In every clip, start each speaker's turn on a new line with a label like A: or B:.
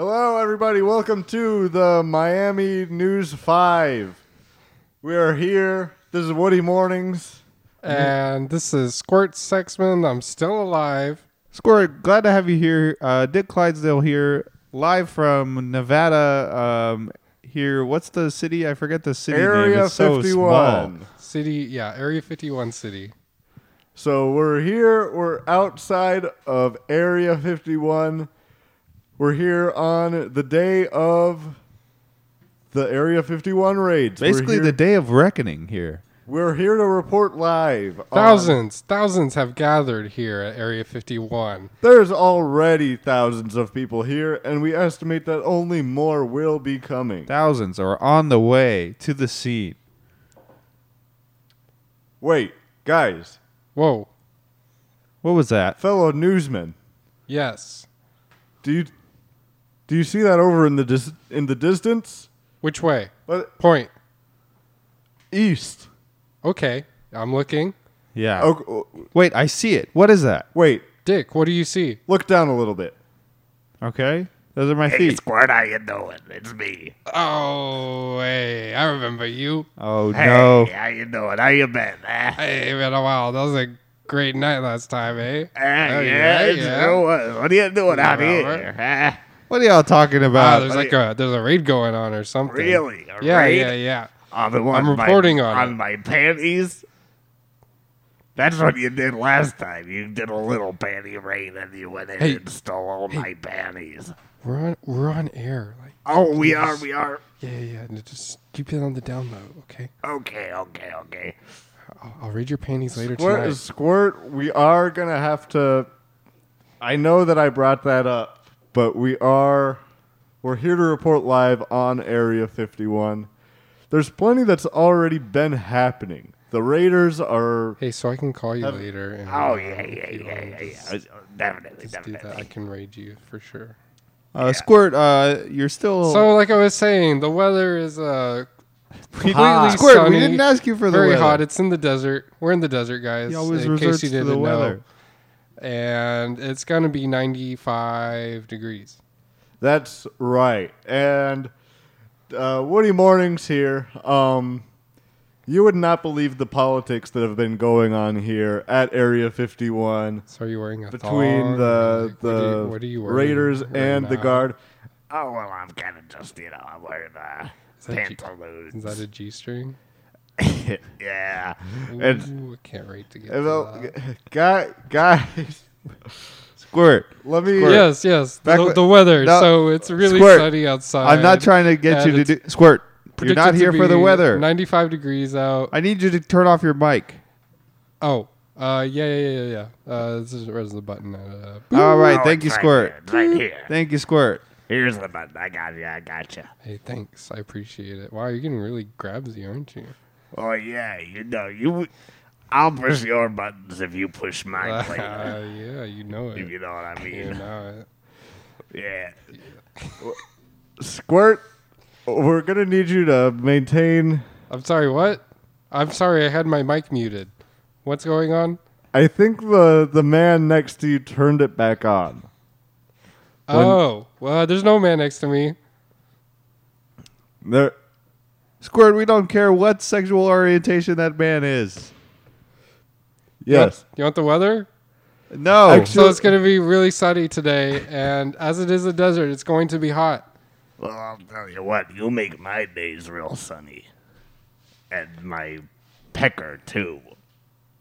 A: everybody. Welcome to the Miami News 5. We are here. This is Woody Mornings.
B: Mm-hmm.
C: And this is Squirt Sexman. I'm still alive.
D: Squirt, glad to have you here. Uh, Dick Clydesdale here, live from Nevada. Um, here, what's the city? I forget the city name.
A: Area
D: It's so
A: 51.
D: small.
A: So,
C: City, yeah, Area 51 city.
A: we're here. We're outside of Area 51. We're here on the day of the Area 51 raids. We're
D: Basically,
A: here-
D: the day of reckoning here.
A: We're here to report live.
B: Um,
A: on-
C: Thousands, thousands have gathered here at Area 51.
A: There's already thousands of people here, and we estimate that only more will be coming.
D: Thousands are on the way to the scene.
A: Wait, guys,
C: Whoa,
D: What was that?
A: fellow newsmen,
C: yes.
A: do you do you see that over in the dis- in the distance?
C: Which way?
A: But
C: Point.
A: east.
C: Okay, I'm looking.
D: Yeah.
A: Oh, oh,
D: Wait, I see it. What is that?
A: wait,
C: Dick, what do you see?
A: look down a little bit.
D: Okay, those are my feet.
B: Squirt, how you doing? It's me.
C: Oh, hey, I remember you.
D: Oh no.
B: Hey, how you doing? How you been? Eh?
C: Hey, been a while. That was a great night last time, eh?
B: Eh,
C: Oh,
B: yeah,
C: yeah,
B: it's- uh,
C: yeah.
B: What, what are you doing out
C: Robert.
B: here? Eh?
D: What are y'all talking
C: Wow,
D: about?
C: Ah, there's like a there's a raid going on or something.
B: Really? A
C: Yeah,
B: raid
C: yeah, yeah.
B: On the one
C: I'm
B: my-
C: reporting on it.
B: on my panties. That's what you did last time. You did a little panty raid, and you went in
C: Hey.
B: and stole all my panties.
C: We're on we're on air. Like,
B: Oh, we are, we are.
C: yeah, yeah, yeah. and Just keep it on the down low, okay?
B: Okay, okay, okay.
C: I'll, I'll read your panties later
A: Squirt,
C: tonight.
A: squirt. We are gonna have to. I know that I brought that up, but we are. We're here to report live on Area 51. There's plenty that's already been happening. The Raiders are.
C: Hey, so I can call you later. And,
B: Oh,
C: uh,
B: yeah,
C: if
B: yeah,
C: you
B: yeah,
C: wanna
B: yeah,
C: just
B: yeah. Definitely,
C: Do that. I
B: definitely.
C: can raid you for sure.
D: uh, Squirt, uh, you're still.
C: So, like I was saying, the weather is uh completely
A: Hot.
C: sunny,
D: Squirt, we didn't ask you for the
C: very
D: weather.
C: hot. It's in the desert. We're in the desert, guys.
D: He always
C: in
D: resorts
C: case you
D: to the
C: didn't know.
D: weather.
C: And it's gonna be 95 degrees.
A: That's right. And uh, Woody Mornings here. Um, you would not believe the politics that have been going on here at Area 51
C: So are you wearing a
A: between
C: thong?
A: the
C: Like, what are you-
A: the
C: what are you wearing
A: Raiders
C: right
A: and the
C: now?
A: Guard.
B: Oh, well, I'm kind of just, you know, I'm wearing uh,
C: that you-
B: pantaloons.
C: Is that a G-string?
B: yeah.
A: It's-
C: Ooh, I can't wait to get to
A: And, uh,
C: that.
A: guy, guys,
D: Squirt.
A: let me.
C: Yes, yes.
D: Back
C: The,
D: with-
C: the weather.
D: No,
C: so it's really
D: Squirt.
C: sunny outside.
D: I'm not trying to get
C: and
D: you to
C: it's
D: do squirt. You're not
C: uh, predicted
D: here
C: to
D: for the
C: be
D: weather.
C: 95 degrees out.
D: I need you to turn off your mic.
C: oh, uh, yeah, yeah, yeah, yeah, yeah. Uh, this is where's the button? Uh, boop.
D: All right,
B: Oh,
D: thank
B: it's
D: you,
B: right
D: Squirt.
B: here, it's Right here.
D: Thank you, Squirt.
B: Here's the button. I got you. I got you.
C: hey, thanks. I appreciate it. Wow, you're getting really grabsy, aren't you?
B: Oh yeah, you know you. I'll push your buttons if you push mine
C: Uh,
B: later.
C: yeah, you know
B: if
C: it.
B: you know what I
C: You
B: mean.
C: know it.
B: Yeah.
A: Squirt, we're going to need you to maintain.
C: I'm sorry. What? I'm sorry. I had my mic muted. What's going on?
A: I think the, the man next to you turned it back on.
C: oh, well, there's no man next to me.
A: There,
D: Squirt, we don't care what sexual orientation that man is.
C: You want-
A: yes.
C: You want the weather?
D: No.
A: Actually-
C: So it's going to be really sunny today, and as it is a desert, it's going to be hot.
B: Well, I'll tell you what. You make my days real sunny, and my pecker too.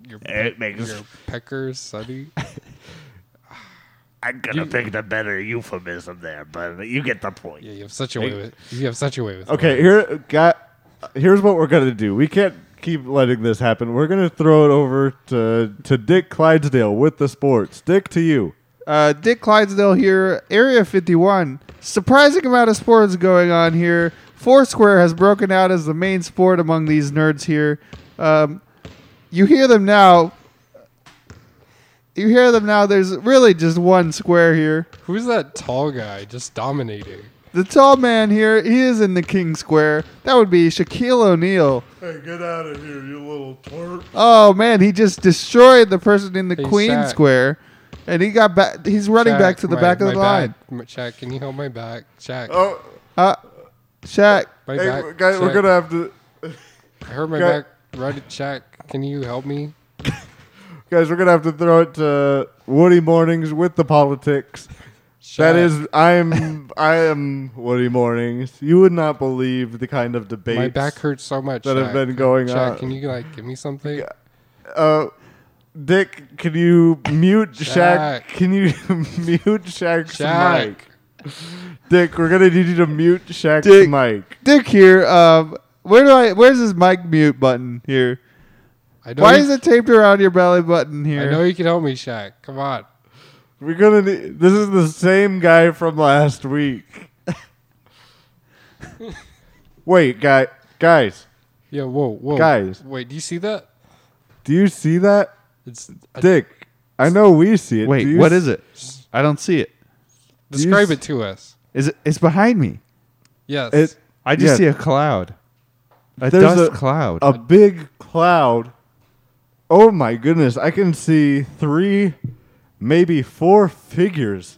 C: Your,
B: It makes.
C: your pecker sunny.
B: I'm gonna pick the better euphemism there, but you get the point.
C: Yeah, you have such a way with you have such a way with.
A: Okay, here, got, here's what we're gonna do. We can't keep letting this happen. We're gonna throw it over to to Dick Clydesdale with the sports. Dick, to you.
D: Uh, Dick Clydesdale here, Area 51. Surprising amount of sports going on here. Foursquare has broken out as the main sport among these nerds here. Um, you hear them now. You hear them now. There's really just one square here.
C: Who's that tall guy just dominating?
D: The tall man here, he is in the King Square. That would be Shaquille O'Neal.
A: Hey, get out of here, you little twerp!
D: Oh man, he just destroyed the person in the
C: Hey,
D: Queen
C: Shaq.
D: Square. and he got back. He's running back to the back of the line.
C: line. Shaq, can you hold my back? Shaq,
A: Oh,
D: Uh, Shaq,
C: my
A: hey,
C: back.
A: guys, we're
C: Shaq.
A: gonna have to,
C: I hurt my
A: guy-
C: back. Right, Shaq, can you help me?
A: guys, we're gonna have to throw it to Woody Mornings with the politics. That
C: Shaq,
A: is, I'm, I am Woody Mornings. You would not believe the kind of debates
C: my back hurts so much.
A: that have
C: Shaq.
A: been going
C: Shaq,
A: on.
C: can you like give me something?
A: Uh, Dick, can you mute Shaq?
C: Shaq.
A: Can you mute Shaq's
C: Shaq.
A: mic? Dick, we're gonna need you to mute Shaq's
D: Dick.
A: mic.
D: Dick here. Um, where do I? Where's this mic mute button here?
C: I know
D: Why
C: you,
D: is it taped around your belly button
C: I
D: here?
C: know you can help me, Shaq. Come on.
A: We're gonna need. This is the same guy from last week. Wait, guy, guys,
C: Yeah, whoa, whoa,
A: Guys.
C: Wait, do you see that?
A: do you see that?
C: It's uh,
A: Dick, I know we see it.
D: Wait,
A: do you
D: what
A: s-
D: is it? I don't see it.
A: do you
C: describe
A: s-
C: it to us.
D: Is it? It's behind me.
C: Yes.
A: It,
D: I just
A: Yeah.
D: see a cloud. A
A: There's
D: dust
A: a-
D: cloud.
A: a big cloud. Oh my goodness, I can see three, maybe four figures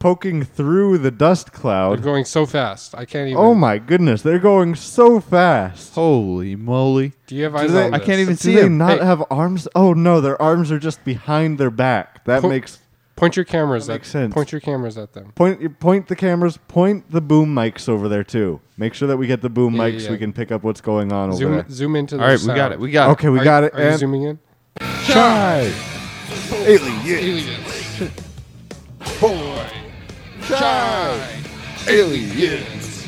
A: poking through the dust
C: They're
A: cloud.
C: going so fast. I can't even.
A: Oh my goodness, they're going so fast.
D: Holy moly!
C: Do you have eyes
A: they-
C: on
A: I
C: this?
D: can't even-
A: Do
D: see
A: they
D: them.
A: not
C: Hey.
A: have arms? Oh no, their arms are just behind their back. That
C: Po-
A: makes
C: point your cameras
A: That
C: at.
A: makes sense.
C: Point your cameras at them.
A: point point the cameras, point the boom mics over there too. Make sure that we get the boom
C: Yeah, yeah,
A: mics so
C: yeah.
A: we can pick up what's going on over
C: Zoom,
A: there.
C: zoom into.
D: All right, we got it. We got
A: Okay, we got it.
C: Are you
A: And
C: zooming in?
A: Chai.
E: Alien.
C: Aliens. Boy. Shy. Aliens.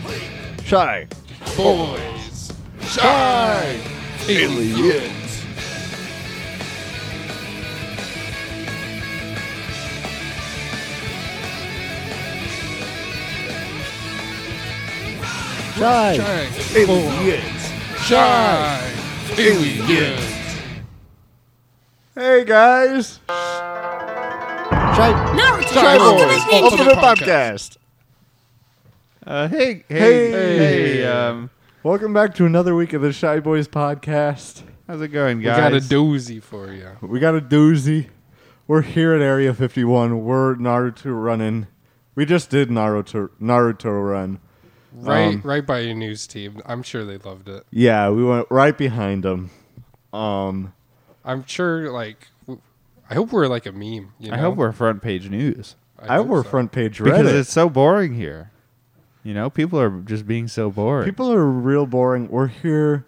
A: Chai.
C: Boys. Shy. Aliens.
A: Chai.
C: Shy. Aliens. Shy. Aliens.
A: Hey guys. Chai.
F: Naruto
A: Chai
F: Ultimate
A: Boys.
F: Ninja.
A: Ultimate Podcast.
D: Uh, hey, hey,
A: Hey.
D: hey, Um,
A: Welcome back to another week of the Shy Boys Podcast.
D: how's it going,
C: We got
D: guys?
C: a doozy for you.
A: We got a doozy. We're here at Area 51. We're Naruto running. We just did Naruto Naruto run.
C: Right,
A: Um,
C: right by your news team. I'm sure they loved it.
A: Yeah, we went right behind them. Um,
C: I'm sure, like, w- I hope we're like a meme. You know?
D: I hope we're front page news
A: I, were
C: so.
A: front page
D: because
A: Reddit.
D: it's so boring here. You know, people are just being so bored.
A: People are real boring. We're here,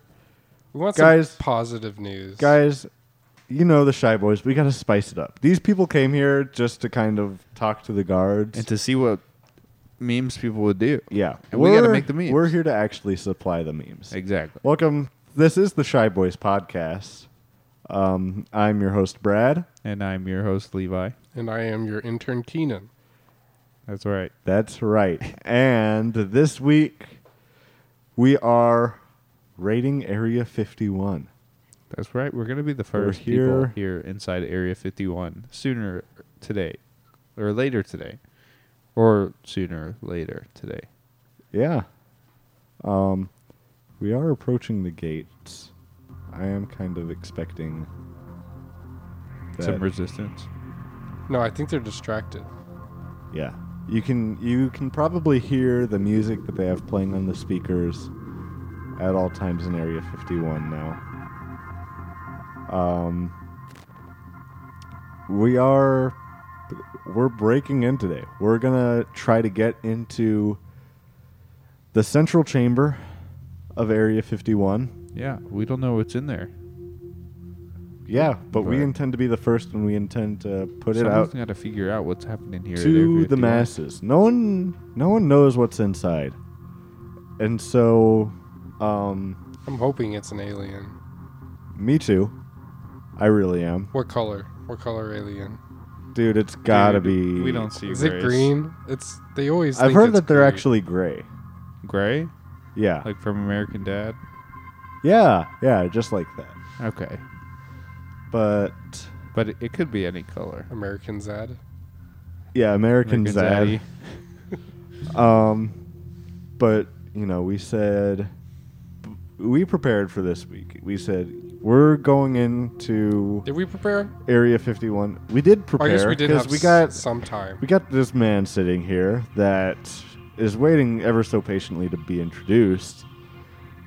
C: We want
A: Guys.
C: some positive news,
A: guys. You know the shy boys. We got to spice it up. These people came here just to kind of talk to the guards.
D: and to see what memes people would do.
A: yeah,
D: And we gotta
A: We're-
D: make the memes.
A: We're here to actually supply the memes.
D: Exactly.
A: Welcome. This is the Shy Boys podcast. Um, I'm your host, Brad.
D: And I'm your host Levi.
C: and I am your intern Keenan.
D: That's right.
A: That's right. And this week, we are rating Area 51.
D: That's right. We're gonna be the 1st
A: here.
D: people here inside Area 51 sooner today, or later today, or sooner later today.
A: Yeah. Um, we are approaching the gates. I am kind of expecting
D: Some
A: that-
D: resistance.
C: No, I think they're distracted.
A: Yeah. You can you can probably hear the music that they have playing on the speakers at all times in Area 51 now. Um we are we're breaking in today. We're going to try to get into the central chamber of Area 51.
D: Yeah, we don't know what's in there.
A: Yeah, but we
D: Right.
A: intend to be the first and we intend to put it out
D: Someone's got to figure out what's happening here. at Area
A: to the
D: 51.
A: masses. No one, no one knows what's inside, and so, um,
C: I'm hoping it's an alien.
A: me too. I really am,
C: What color? What color alien?
A: dude. It's gotta
D: Dude,
A: be.
D: We don't see.
C: Is
D: grays.
C: it green? It's they always.
A: I've
C: think
A: heard
C: it's
A: that they're
C: green.
A: actually gray.
D: Gray,
A: Yeah,
D: like from American Dad.
A: yeah, yeah, just like that.
D: Okay,
A: But
D: but it, it could be any color.
C: American Zad.
A: yeah, American
D: American
A: Zad.
D: Zaddy.
A: Um, but you know, we said we prepared for this week. We said We're going into
C: Did we prepare?
A: Area 51. We did
C: Or I guess
A: prepare
C: Oh, we did have
A: we got
C: s- some time.
A: we got this man sitting here that is waiting ever so patiently to be introduced.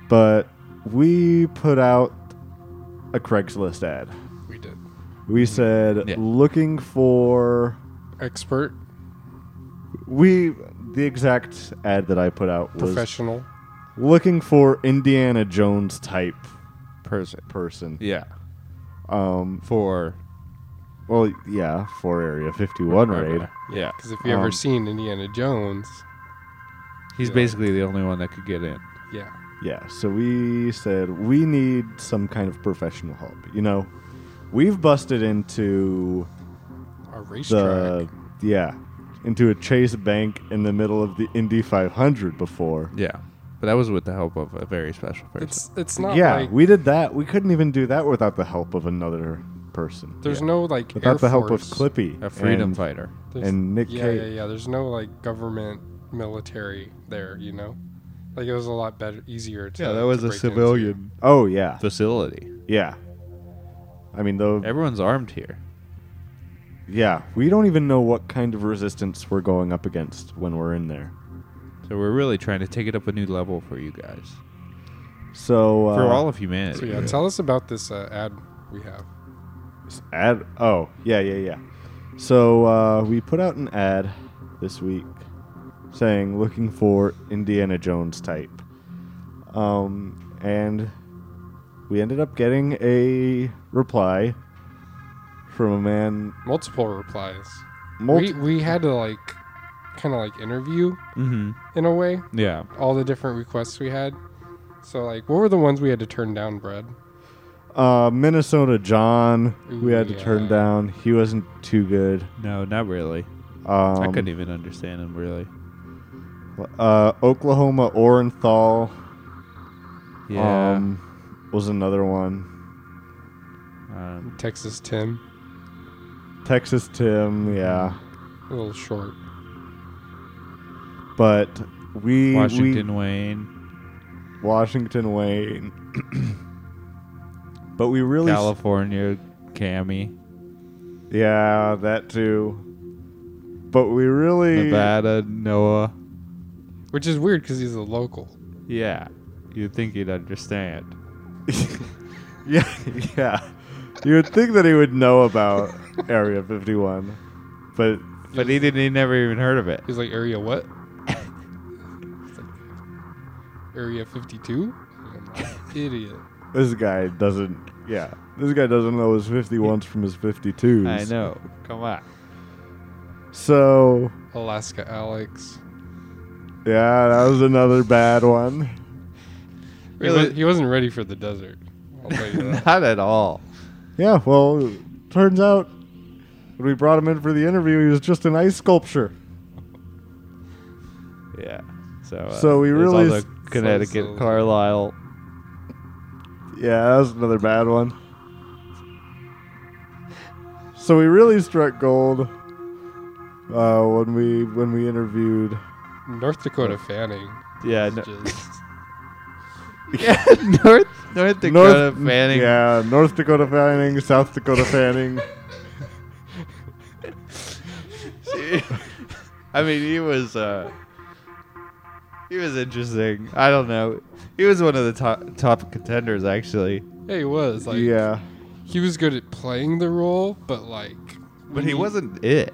A: But we put out a Craigslist ad.
C: We did.
A: We said
D: Yeah.
A: looking for
C: Expert,
A: we the exact ad that I put out was
C: professional.
A: looking for Indiana Jones type
D: person.
A: person.
D: Yeah.
A: Um
D: For
A: well yeah, for area 51 raid.
D: Yeah.
C: Because if you ever
A: Um,
C: seen Indiana Jones,
D: He's
C: Yeah.
D: basically the only one that could get in.
C: yeah,
A: Yeah, so we said we need some kind of professional help. You know, we've busted into
C: a
A: the
C: racetrack.
A: yeah, into a Chase Bank in the middle of the Indy 500 before.
D: Yeah. But that was with the help of a very special person.
C: It's it's not
A: yeah,
C: like
A: we did that. We couldn't even do that without the help of another person.
C: there's no like
A: without
C: Air
A: the help of
C: Force.
A: Clippy,
D: a freedom
A: and,
D: fighter.
C: There's-
A: and Nick
C: yeah,
A: Cage.
C: yeah, yeah. There's no like government military there, you know. Like it was a lot better, easier to. to break into.
A: Oh yeah,
D: Facility.
A: yeah. I mean, though,
D: Everyone's armed here.
A: yeah, we don't even know what kind of resistance we're going up against when we're in there.
D: So we're really trying to take it up a new level for you guys.
A: So uh,
D: for all of humanity.
C: So yeah, tell us about this uh, ad we have.
A: Ad? Oh, yeah, yeah, yeah. So uh, we put out an ad this week saying looking for Indiana Jones type. Um, and we ended up getting a reply from a man.
C: Multiple replies.
A: Multi-
C: we we had to like kind of like interview
D: Mm-hmm.
C: in a way
D: Yeah.
C: all the different requests we had. So like, what were the ones we had to turn down, Brad?
A: uh, Minnesota John, we had to
C: Ooh,
A: turn
C: yeah.
A: down. He wasn't too good.
D: No, not really.
A: Um,
D: I couldn't even understand him really.
A: Uh, Oklahoma Orenthal
D: Yeah.
A: um, was another one.
D: um,
C: Texas Tim,
A: Texas Tim, yeah.
C: a little short.
A: but we
D: Washington Wayne,
A: we, Washington Wayne. but we really, s-
D: California, Cami,
A: yeah, that too. But we really,
D: Nevada, Noah.
C: Which is weird because he's a local.
D: Yeah. You'd think he'd understand.
A: yeah, yeah. You would think that he would know about Area 51, but
D: But he didn't he never even heard of it.
C: He's like area what? It's like, area fifty two. Idiot.
A: this guy doesn't. Yeah, this guy doesn't know his 51s from his 52s.
D: I know. Come on.
A: So
C: Alaska Alex.
A: yeah, that was another bad one.
C: He,
D: Really?
C: was, he wasn't ready for the desert. I'll tell you that.
D: Not at all.
A: Yeah, well, turns out when we brought him in for the interview, he was just an ice sculpture.
D: Yeah. So uh,
A: So we
D: there's
A: really
D: all the
A: s-
D: Connecticut,
C: so-
D: Carlisle.
A: Yeah, that was another bad one. So we really struck gold uh, when we when we interviewed.
C: North Dakota Fanning.
D: Yeah.
C: is
D: No,
C: just-
D: yeah. North North Dakota Fanning.
A: Yeah, North Dakota Fanning, South Dakota Fanning.
D: I mean, he was uh, he was interesting. I don't know. He was one of the top top contenders, actually.
C: yeah, he was like
A: yeah,
C: he was good at playing the role, but like
D: But he wasn't it.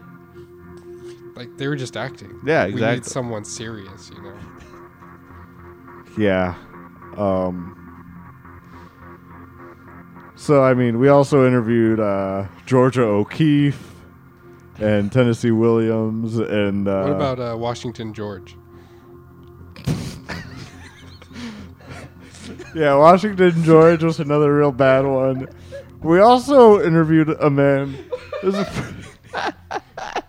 C: like they were just acting.
D: Yeah,
C: We
D: exactly.
C: need someone serious, you know.
A: yeah. Um, so I mean, we also interviewed uh, Georgia O'Keeffe and Tennessee Williams and uh,
C: what about uh, Washington George?
A: Yeah, Washington George was another real bad one. We also interviewed a man. This is,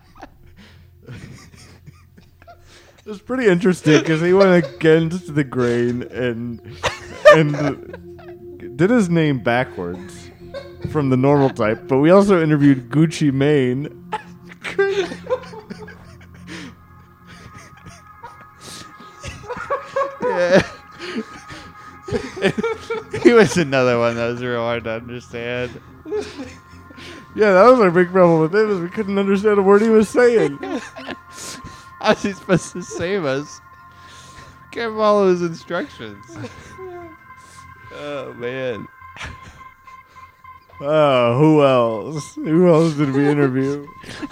A: It was pretty interesting because he went against the grain and and did his name backwards from the normal type. But we also interviewed Gucci Mane.
D: he was another one that was real hard to understand.
A: Yeah, that was our big problem with him is we couldn't understand a word he was saying.
D: How's he supposed to save us? Can't follow his instructions. Oh man.
A: Oh, who else? Who else did we interview?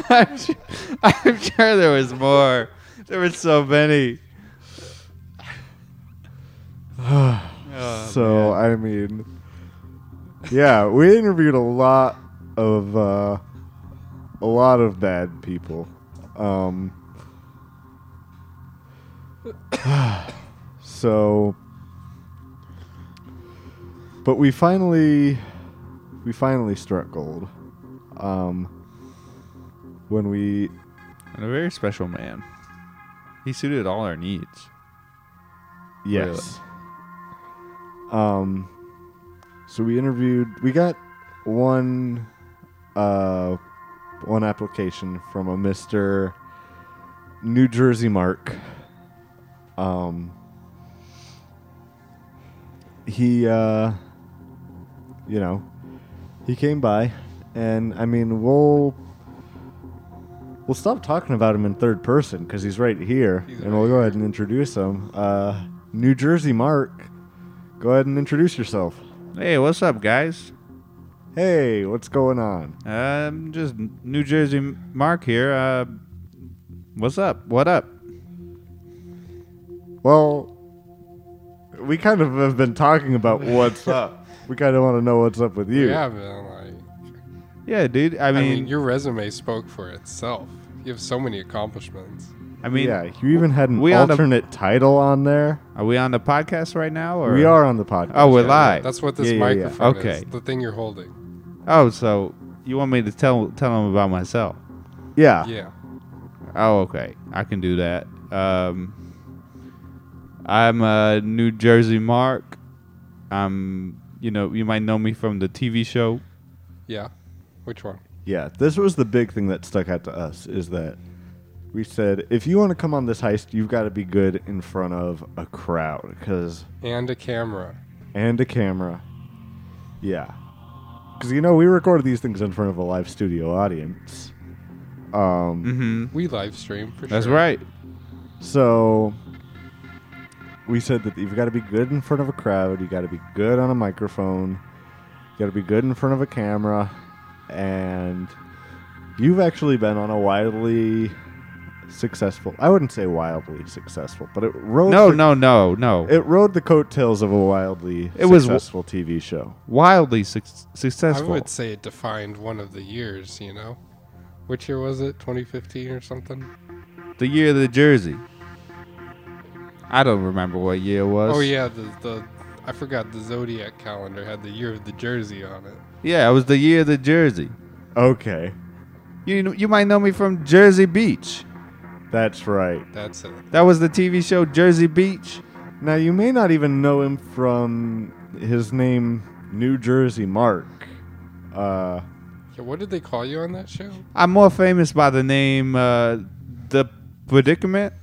D: I'm sure, I'm sure there was more. There were so many. Oh,
A: so
D: man.
A: I mean, yeah, we interviewed a lot of uh, a lot of bad people. Um, so, but we finally we finally struck gold um, when we
D: and a very special man. He suited all our needs.
A: Yes. Um so we interviewed we got one uh one application from a Mr. New Jersey Mark. Um he uh you know he came by and I mean we'll we'll stop talking about him in third person because he's right here
C: He's
A: and
C: right
A: we'll go ahead and introduce him. Uh New Jersey Mark, go ahead and introduce yourself.
D: Hey, what's up, guys?
A: Hey, what's going on?
D: Um, just New Jersey Mark here. Uh, what's up? What up?
A: Well, we kind of have been talking about what's up. We kind of want to know what's up with you.
C: Yeah, man. Like,
D: Yeah, dude. I
C: I mean,
D: mean,
C: your resume spoke for itself. You have so many accomplishments.
D: I mean,
A: yeah, you even had an
D: we on the-
A: alternate title on there.
D: are we on the podcast right now? Or
A: We are on the podcast.
D: Oh, we're
A: right
D: live.
C: That's what this
A: Yeah, yeah, yeah.
C: microphone
D: Okay.
C: is. The thing you're holding.
D: oh, so you want me to tell tell them about myself?
A: now.
D: Ah.
A: Yeah.
C: Yeah.
D: Oh, okay. I can do that. Um, I'm a New Jersey Mark. I'm, you know, you might know me from the TV show.
C: Yeah. Which one?
A: Yeah, this was the big thing that stuck out to us is that we said if you want to come on this heist, you've got to be good in front of a crowd because
C: And a camera.
A: and a camera. Yeah. Because, you know, we recorded these things in front of a live studio audience. Um,
D: Mm-hmm.
C: We live stream for
D: That's
C: sure.
D: right.
A: So we said that you've got to be good in front of a crowd, you got to be good on a microphone, you got to be good in front of a camera, and you've actually been on a wildly successful, I wouldn't say wildly successful, but it rode
D: No,
A: the,
D: no, no, no.
A: Oh, it rode the coattails of a wildly
D: It was-
A: successful TV show.
D: Wildly suc
C: I
D: successful.
C: would say it defined one of the years, you know? Which year was it? 2015 or something?
D: The year of the jersey. I don't remember what year it was.
C: Oh, yeah. The, the I forgot the Zodiac calendar had the year of the jersey on it.
D: Yeah, it was the year of the jersey.
A: Okay,
D: You you might know me from Jersey Beach.
A: that's right.
C: That's it.
D: That was the TV show Jersey Beach.
A: Now, you may not even know him from his name, New Jersey Mark. Uh,
C: Yeah, what did they call you on that show?
D: I'm more famous by the name uh, The Predicament.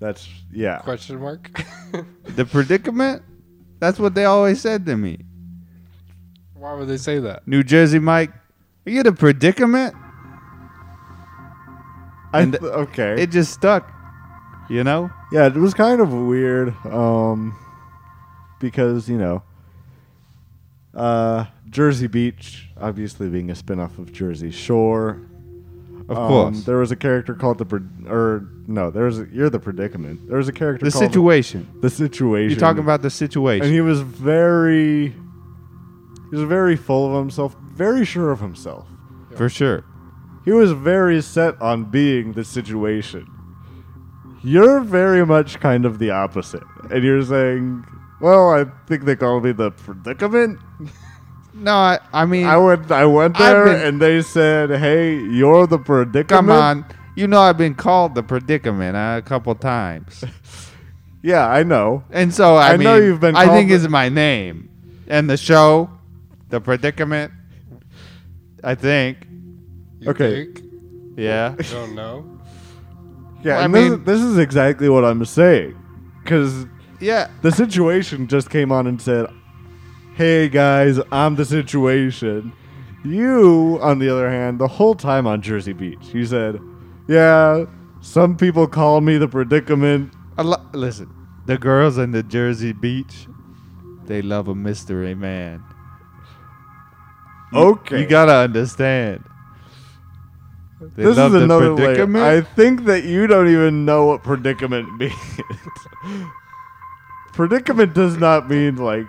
A: that's, yeah.
C: Question mark?
D: The Predicament? That's what they always said to me.
C: Why would they say that?
D: New Jersey Mike, are you the predicament?
A: I
D: And
A: th- okay.
D: It just stuck. You know?
A: yeah, it was kind of weird um, because, you know, uh, Jersey Beach, obviously being a spinoff of Jersey Shore.
D: Of
A: Um,
D: course.
A: There was a character called the, Pred- or no, there was, a, you're the predicament. There was a character
D: The
A: called
D: situation.
A: the situation.
D: You're talking about the
A: And
D: situation.
A: he was very, he was very full of himself, very sure of himself.
D: For sure.
A: He was very set on being the situation. You're very much kind of the opposite, and you're saying, "Well, I think they call me the predicament.
D: No, I, I mean,
A: I went, I went
D: I've
A: there,
D: been-
A: and they said, "Hey, you're the predicament."
D: come on. You know, I've been called the predicament uh, a couple times.
A: Yeah, I know.
D: And so, I,
A: I know
D: mean,
A: you've been
D: I
A: called
D: think
A: the-
D: it's my name. And the show, The Predicament, I think.
C: You
A: Okay.
C: think?
D: Yeah.
C: I don't know.
A: Yeah,
D: Well, I
A: and this-
D: mean-
A: this is exactly what I'm saying, because
G: Yeah.
A: The situation just came on and said, "Hey guys, I'm the situation." You, on the other hand, the whole time on Jersey Beach, you said, "Yeah, some people call me the predicament."
D: I lo- listen, the girls in the Jersey Beach, they love a mystery man.
A: Okay,
D: You gotta understand. They
A: this
D: love
A: is
D: the
A: another layer.
D: predicament.
A: I think that you don't even know what predicament means. predicament does not mean like.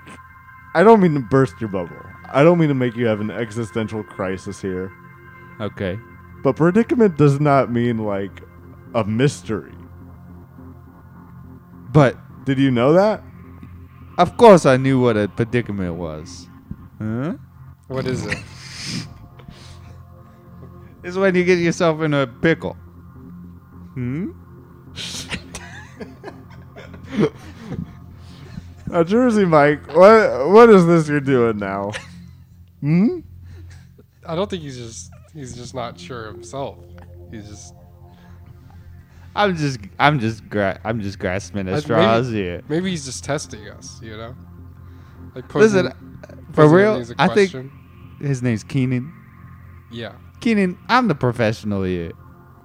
A: I don't mean to burst your bubble. I don't mean to make you have an existential crisis here.
D: okay.
A: But predicament does not mean like a mystery.
D: But
A: Did you know that?
D: of course I knew what a predicament was. Huh?
C: What is it?
D: It's when you get yourself in a pickle. Hmm?
A: Now, Jersey Mike, what what is this you're doing now? Hmm?
C: I don't think he's just he's just not sure himself. He's just
D: I'm just I'm just gra- I'm just grasping
C: I-
D: at straws
C: maybe,
D: here.
C: Maybe he's just testing us, you know? Like
D: Listen, uh, for
C: posing
D: real,
C: things a
D: I think-
C: question.
D: His name's Keenan.
C: yeah.
D: Keenan, I'm the professional here.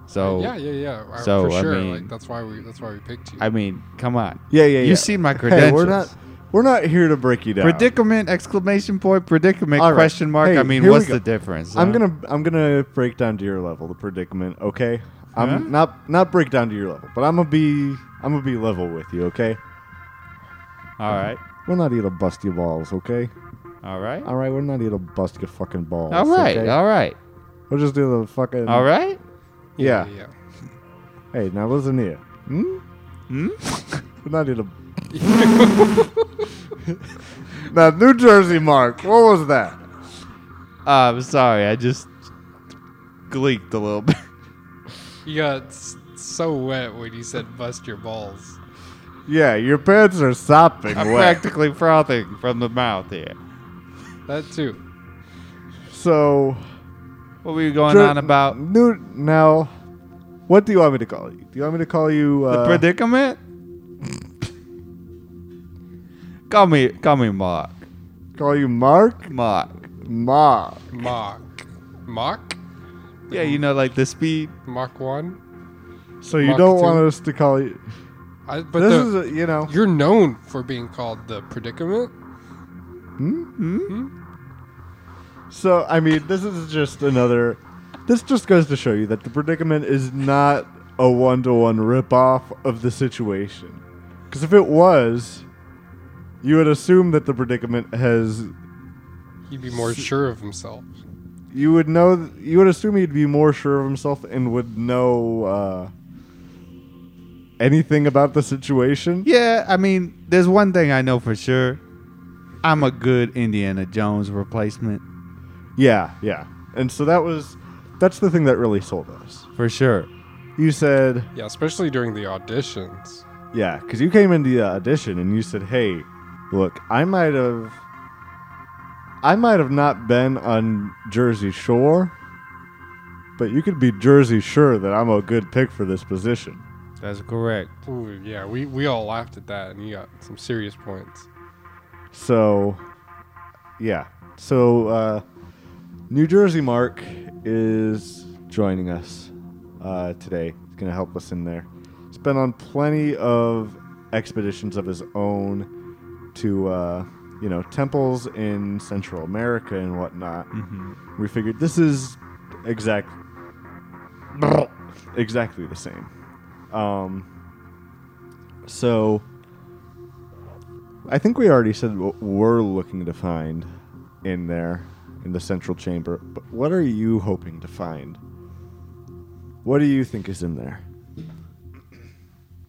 D: So
C: yeah, yeah, yeah. I-
D: Oh. so,
C: for
D: I
C: sure.
D: mean-
C: like that's why we that's why we picked you.
D: I mean, come on.
A: Yeah, yeah, yeah.
D: You see my credentials.
A: Hey, we're not we're not here to break you down.
D: predicament exclamation point predicament
A: All right.
D: question mark.
A: Hey,
D: I mean,
A: here we
D: what's
A: go.
D: the difference?
A: I'm
D: huh?
A: gonna I'm gonna break down to your level the predicament, okay? I'm
D: Huh?
A: not not break down to your level, but I'm gonna be I'm gonna be level with you, okay?
D: All right.
A: We're not here to bust your balls, okay?
D: All right.
A: All right, we're not here to bust your fucking balls.
D: All right.
A: okay? Mm-hmm.
D: All right.
A: we'll just do the fucking.
D: All right.
A: Yeah.
C: yeah.
A: Hey, now listen here. Hmm?
D: Hmm?
A: We're not here to. now, New Jersey, Mark. What was that?
D: Uh, I'm sorry. I just gleeked a little bit.
C: You got s- so wet when you said bust your balls.
A: Yeah, your pants are sopping
D: I'm
A: wet.
D: practically frothing from the mouth here.
C: That too.
A: So
D: What were you going
A: Jer-
D: on about?
A: New now. What do you want me to call you? Do you want me to call you? Uh,
D: the predicament? call me, call me Mark.
A: call you Mark?
D: Mark.
A: Mark.
C: Mock. Mock?
D: Yeah, you know, like the speed.
C: Mock one?
A: So you
C: Mark
A: don't
C: too.
A: want us to call you?
C: I, but
A: this
C: the-
A: is a, you know.
C: you're known for being called the predicament.
A: So I mean, this is just another. This just goes to show you that the predicament is not a one-to-one ripoff of the situation. Because if it was, you would assume that the predicament has.
C: He'd be more sure of himself.
A: You would know. th- You would assume he'd be more sure of himself and would know uh, anything about the situation.
D: Yeah, I mean, there's one thing I know for sure. I'm a good Indiana Jones replacement
A: Yeah, yeah. And so that was. That's the thing that really sold us.
D: for sure.
A: You said
C: Yeah, especially during the auditions.
A: Yeah, because you came into the uh, audition and you said, "Hey, look, I might have, I might have not been on Jersey Shore, but you could be Jersey sure that I'm a good pick for this position."
D: That's correct.
C: Ooh, yeah, we, we all laughed at that, and you got some serious points.
A: So, yeah. So, uh, New Jersey Mark is joining us uh, today. He's going to help us in there. He's been on plenty of expeditions of his own to, uh, you know, temples in Central America and whatnot. We figured this is exact, exactly the same. Um, so. I think we already said what we're looking to find in there, in the central chamber. But what are you hoping to find? What do you think is in there?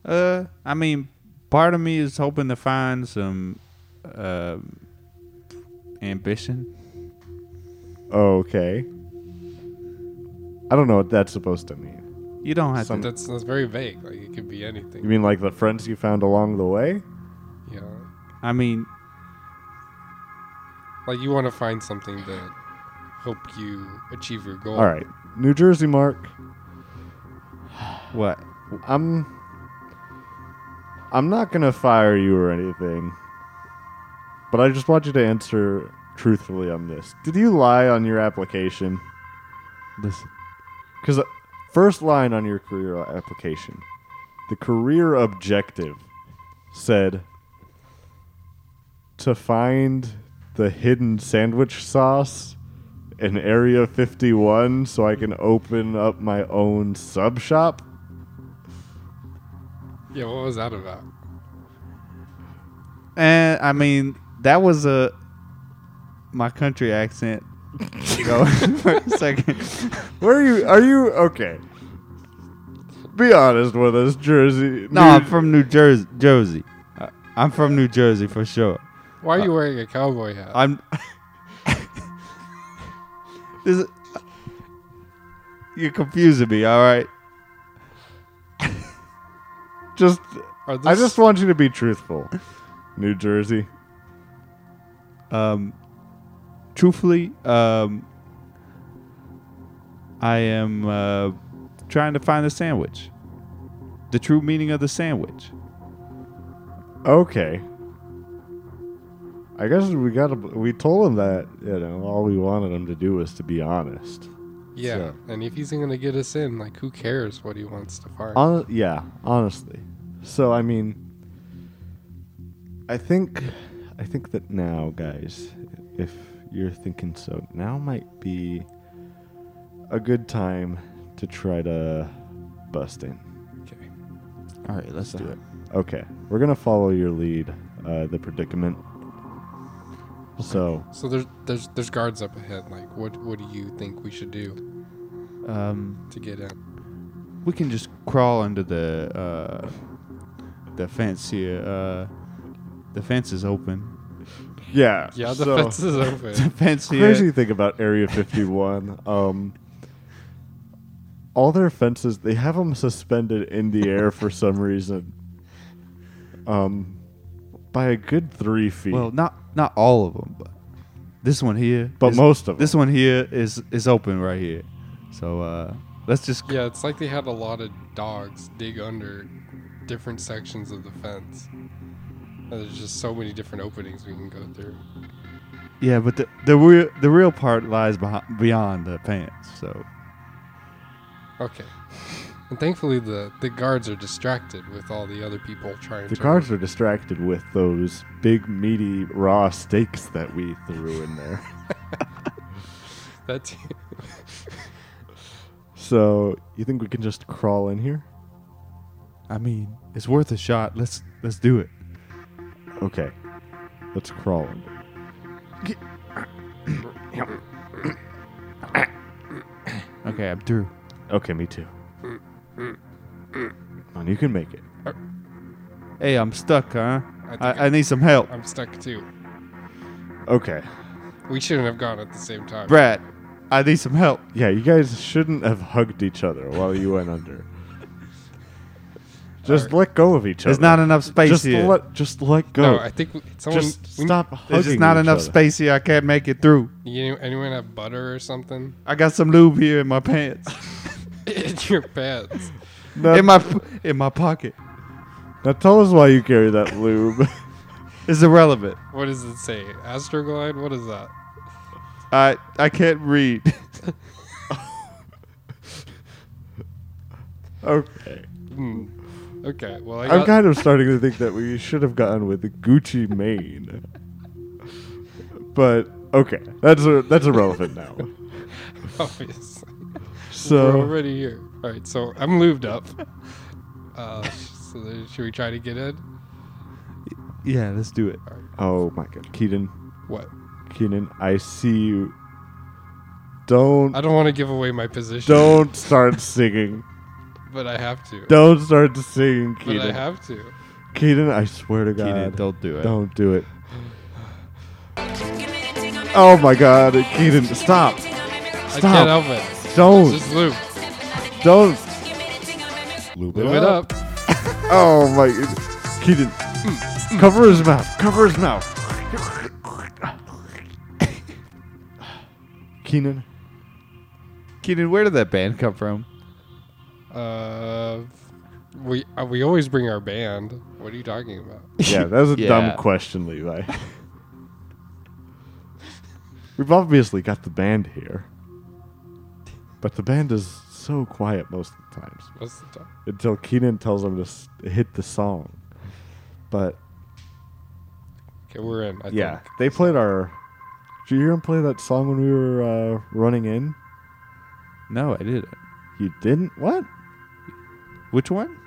D: Uh, I mean, part of me is hoping to find some uh, ambition.
A: Okay. I don't know what that's supposed to mean.
D: You don't have
A: Some-
D: to.
C: That's that's very vague. Like it could be
A: You
C: anything.
A: mean like the friends you found along the way?
C: You know,
D: I mean,
C: like you want to find something that help you achieve your goal.
A: All right. New Jersey Mark.
D: what?
A: I'm I'm not gonna fire you or anything, but I just want you to answer truthfully on this. Did you lie on your application?
D: Listen.
A: Because first line on your career application, the career objective said to find the hidden sandwich sauce in Area 51 so I can open up my own sub shop.
C: Yeah, what was that about?
D: And I mean, that was a my country accent. Go for a second.
A: Where are you? Are you okay? Be honest with us, Jersey.
D: No, I'm from New Jersey. Jersey. I- I'm from New Jersey for sure.
C: Why
A: Uh,
C: are you wearing a cowboy hat?
D: I'm. this is- you're confusing me. All right.
A: just.
C: Are
A: I
C: this-
A: just want you to be truthful, New Jersey.
D: Um, truthfully, um, I am uh, trying to find the sandwich. The true meaning of the sandwich.
A: Okay. I guess we got to we told him that you know all we wanted him to do was to be honest.
C: yeah,
A: so-
C: and if he's gonna get us in, like, who cares what he wants to fire?
A: Hon- yeah, honestly. So I mean, I think, I think that now, guys, if you're thinking so, now might be a good time to try to bust in.
C: okay.
D: All right, let's do it.
A: Okay, we're gonna follow your lead, uh, the predicament. So
C: So there's there's there's guards up ahead. Like, what what do you think we should do
D: Um,
C: to get in?
D: we can just crawl under the uh, the fence here. Uh, the fence is open.
A: yeah,
C: Yeah, the
A: so-
C: fence is
D: The
C: open.
D: fence here.
A: crazy thing about Area 51, um, all their fences, they have them suspended in the air for some reason. Um, by a good three feet.
D: Well, not not all of them, but this one here.
A: But
D: is-
A: most of
D: This one here is is open right here. So uh, let's just
C: yeah, it's like they had a lot of dogs dig under different sections of the fence. And there's just so many different openings we can go through.
D: Yeah, but the the real the real part lies behind, beyond the pants. So
C: Okay. And thankfully, the the guards are distracted with all the other people trying.
A: the
C: to
A: guards are distracted with those big, meaty, raw steaks that we threw in there.
C: That's
A: so, you think we can just crawl in here?
D: I mean, it's worth a shot. Let's let's do it.
A: Okay. Let's crawl in.
D: Okay, I'm through.
A: Okay, me too. Come on, you can make it.
D: Hey, I'm stuck, huh?
C: I think
D: I, I need some help,
C: I'm stuck too.
A: Okay.
C: We shouldn't have gone at the same time.
D: Brad. I need some help.
A: Yeah, you guys shouldn't have hugged each other while you went under. Just
C: Alright.
A: let go of each
D: There's
A: other.
D: not enough space
A: just
D: here.
A: let just let go.
C: No, I think we, someone.
A: just
C: we-
A: stop hugging.
D: There's just not
A: each
D: enough
A: other.
D: space here. I can't make it through.
C: You, anyone have butter or something
D: I got some lube here in my pants,
C: in your pants?
A: Now,
D: in my in my pocket.
A: now tell us why you carry that lube.
D: It's irrelevant.
C: What does it say? Astroglide? What is that?
D: I I can't read.
A: okay.
C: Hmm. Okay. Well, I
A: I'm
C: got,
A: kind of starting to think that we should have gotten with Gucci Mane. But okay, that's a, that's irrelevant now.
C: obviously.
A: So
C: We're already here. All right. So I'm lubed up. Uh, so then should we try to get in?
D: yeah, let's do it.
A: oh my god, Keaton,
C: What?
A: Keaton, I see you. Don't
C: I don't want to give away my position.
A: don't start singing.
C: But I have to.
A: Don't start to sing,
C: But I
A: Keaton.
C: have to.
A: Keaton, I swear to God,
D: Keaton, don't do it.
A: don't do it.
H: Oh my god, Keaton, stop.
C: I
H: Stop.
C: can't help it.
A: Don't,
C: Just loop.
A: don't
C: Lube it up.
A: Oh my, Keaton, cover his mouth, cover his mouth. Keenan,
D: Keenan, where did that band come from?
C: Uh, We uh, we always bring our band. What are you talking about?
A: Yeah, that was a dumb
D: Yeah.
A: question, Levi. We've obviously got the band here, but the band is so quiet most of the times
C: What's the time?
A: until Keenan tells them to s- hit the song. But
C: Okay, we're in. I
A: yeah,
C: think.
A: they played our. Did you hear him play that song when we were uh, running in?
D: No, I didn't.
A: You didn't? What?
D: Which one?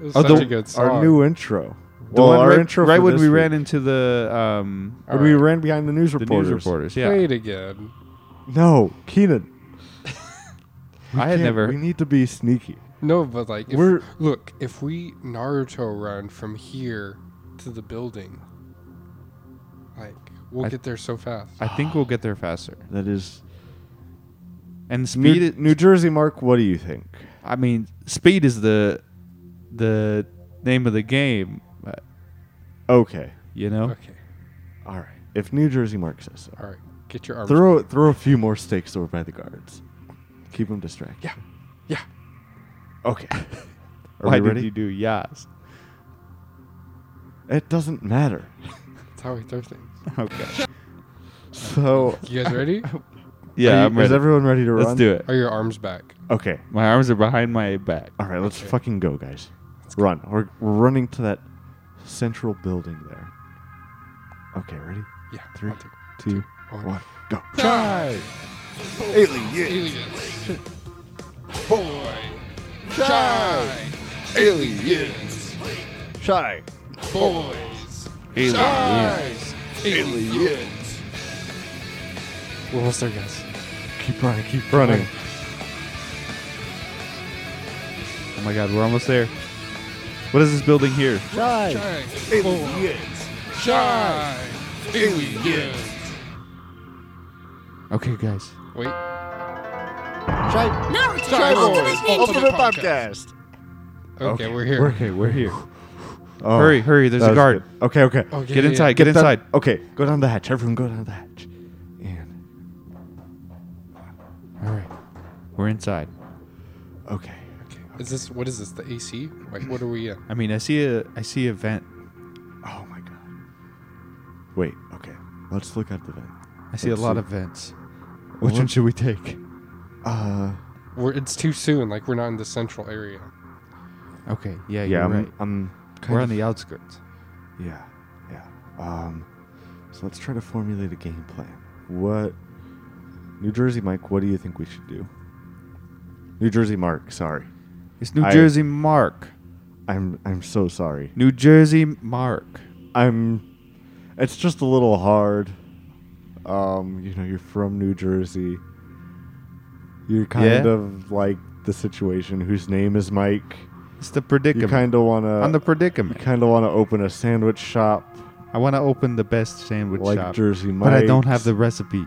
C: It was
D: Oh,
C: such
D: the-
C: a good song.
A: Our new intro.
D: The
A: well,
D: one
A: our
D: right,
A: intro
D: right
A: for
D: when
A: this
D: we
A: week.
D: ran into the um
A: when we ran behind the news
D: the
A: reporters.
D: news reporters. Yeah,
C: Play it again.
A: No, Keenan. We
D: I had
A: can't-
D: never.
A: We need to be sneaky.
C: No, but like, if,
A: We're-
C: look, if we Naruto run from here to the building, like we'll
D: I-
C: get there so fast.
D: I think we'll get there faster.
A: That is
D: And
A: New,
D: speed.
A: New Jersey, Mark. What do you think?
D: I mean, speed is the the name of the game. uh,
A: Okay,
D: You know.
C: okay,
A: all right. If New Jersey Mark says so,
C: all right, get your arms.
A: throw throw a few more stakes over by the guards. Keep them distracted.
C: Yeah, yeah.
A: Okay. Are
D: Why
A: we ready?
D: did you do yas?
A: It doesn't matter.
C: That's how we throw things.
D: Okay.
A: So
C: You guys ready?
D: Yeah,
A: are you-
D: I'm ready.
A: Is everyone ready to
D: Let's
A: run?
D: do it.
C: Are your arms back?
A: Okay.
D: My arms are behind my back.
A: All right. Let's
C: Okay.
A: fucking go, guys. Run. We're, we're running to that central building there. Okay. Ready?
C: Yeah.
A: Three,
C: I'll take it.
A: two,
C: one.
A: one, go.
C: Try.
B: Alien.
C: Aliens. Boy. Try. Aliens.
B: Shy.
C: Boys. Aliens. Aliens. We're almost there, guys.
A: Keep running. Keep running.
D: Oh my god, we're almost there. What is this building here?
C: Shy. Aliens. Shy. Aliens.
D: Okay, guys.
C: Wait.
B: Shy.
I: Naruto,
C: Shy
I: Ultimate
C: Boys,
I: Ninja.
B: Ultimate podcast.
C: Okay, we're here.
D: Okay, we're here.
A: Oh,
D: Hurry, hurry, there's
A: that
D: a
A: was
D: guard.
A: good. Okay. Okay.
C: Oh, yeah,
D: Get
C: yeah,
D: inside,
C: yeah.
D: get, inside.
A: Down, okay, go down the hatch. Everyone, go down the hatch. And
D: All right. We're inside.
A: okay,
C: Okay. Is this what is this? The AC? Like what are we in?
D: I mean, I see a I see a vent.
A: oh my god. Wait, okay. Let's look at the vent.
D: I see
A: Let's
D: a lot
A: see.
D: of vents.
A: Which one
D: should we take?
A: Uh,
C: We're, it's too soon. Like we're not in the central area.
D: Okay,
A: yeah,
D: yeah, yeah,
A: I'm,
D: you're right.
A: I'm kind
D: we're
A: of,
D: on the outskirts.
A: yeah, yeah. Um, so let's try to formulate a game plan. What, New Jersey Mike? What do you think we should do? New Jersey Mark, sorry,
D: It's New
A: I-
D: Jersey Mark.
A: I'm I'm so sorry.
D: New Jersey Mark.
A: I'm. It's just a little hard. Um, you know, you're from New Jersey. You're kind
D: Yeah.
A: of like the situation whose name is Mike.
D: It's the
A: You
D: predicament.
A: kind of wanna.
D: on the
A: you
D: predicament.
A: kind of wanna open a sandwich shop
D: I want to open the best sandwich
A: like
D: shop,
A: Jersey Mike.
D: but I don't have the recipe.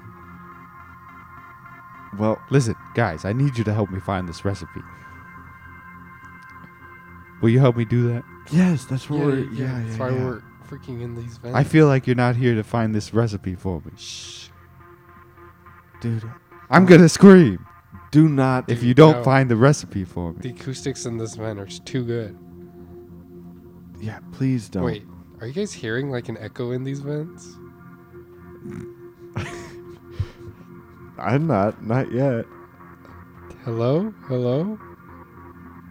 A: Well,
D: Listen, guys, I need you to help me find this recipe. Will you help me do that?
A: yes, that's what we're. Yeah, yeah,
C: That's why
A: yeah.
C: we're freaking in these vents.
D: I feel like you're not here to find this recipe for me.
A: dude.
D: I'm gonna scream
A: Do not.
D: if you don't
C: no.
D: find the recipe for me.
C: the acoustics in this vent are just too good.
A: yeah, please don't.
C: Wait, are you guys hearing like an echo in these vents?
A: I'm not. Not yet.
C: Hello? Hello?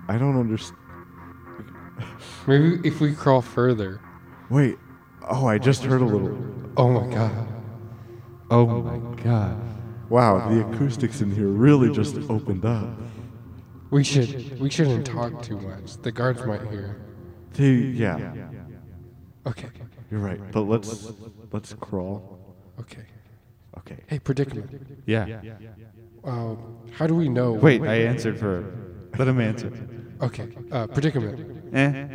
A: I don't understand.
C: Maybe if we crawl further.
A: Wait. Oh, I just heard a little.
C: Oh my god.
D: Oh, my god.
A: Wow, the acoustics in here really just opened up.
C: We should we shouldn't talk too much. The guards might hear.
A: They, yeah,
C: Okay.
A: you're right. But let's let's crawl.
C: Okay.
A: Okay.
C: Hey, predicament.
D: Yeah.
C: Um, how do we know?
D: Wait, I answered for him. Let him answer.
C: Okay. Uh, predicament.
D: Eh.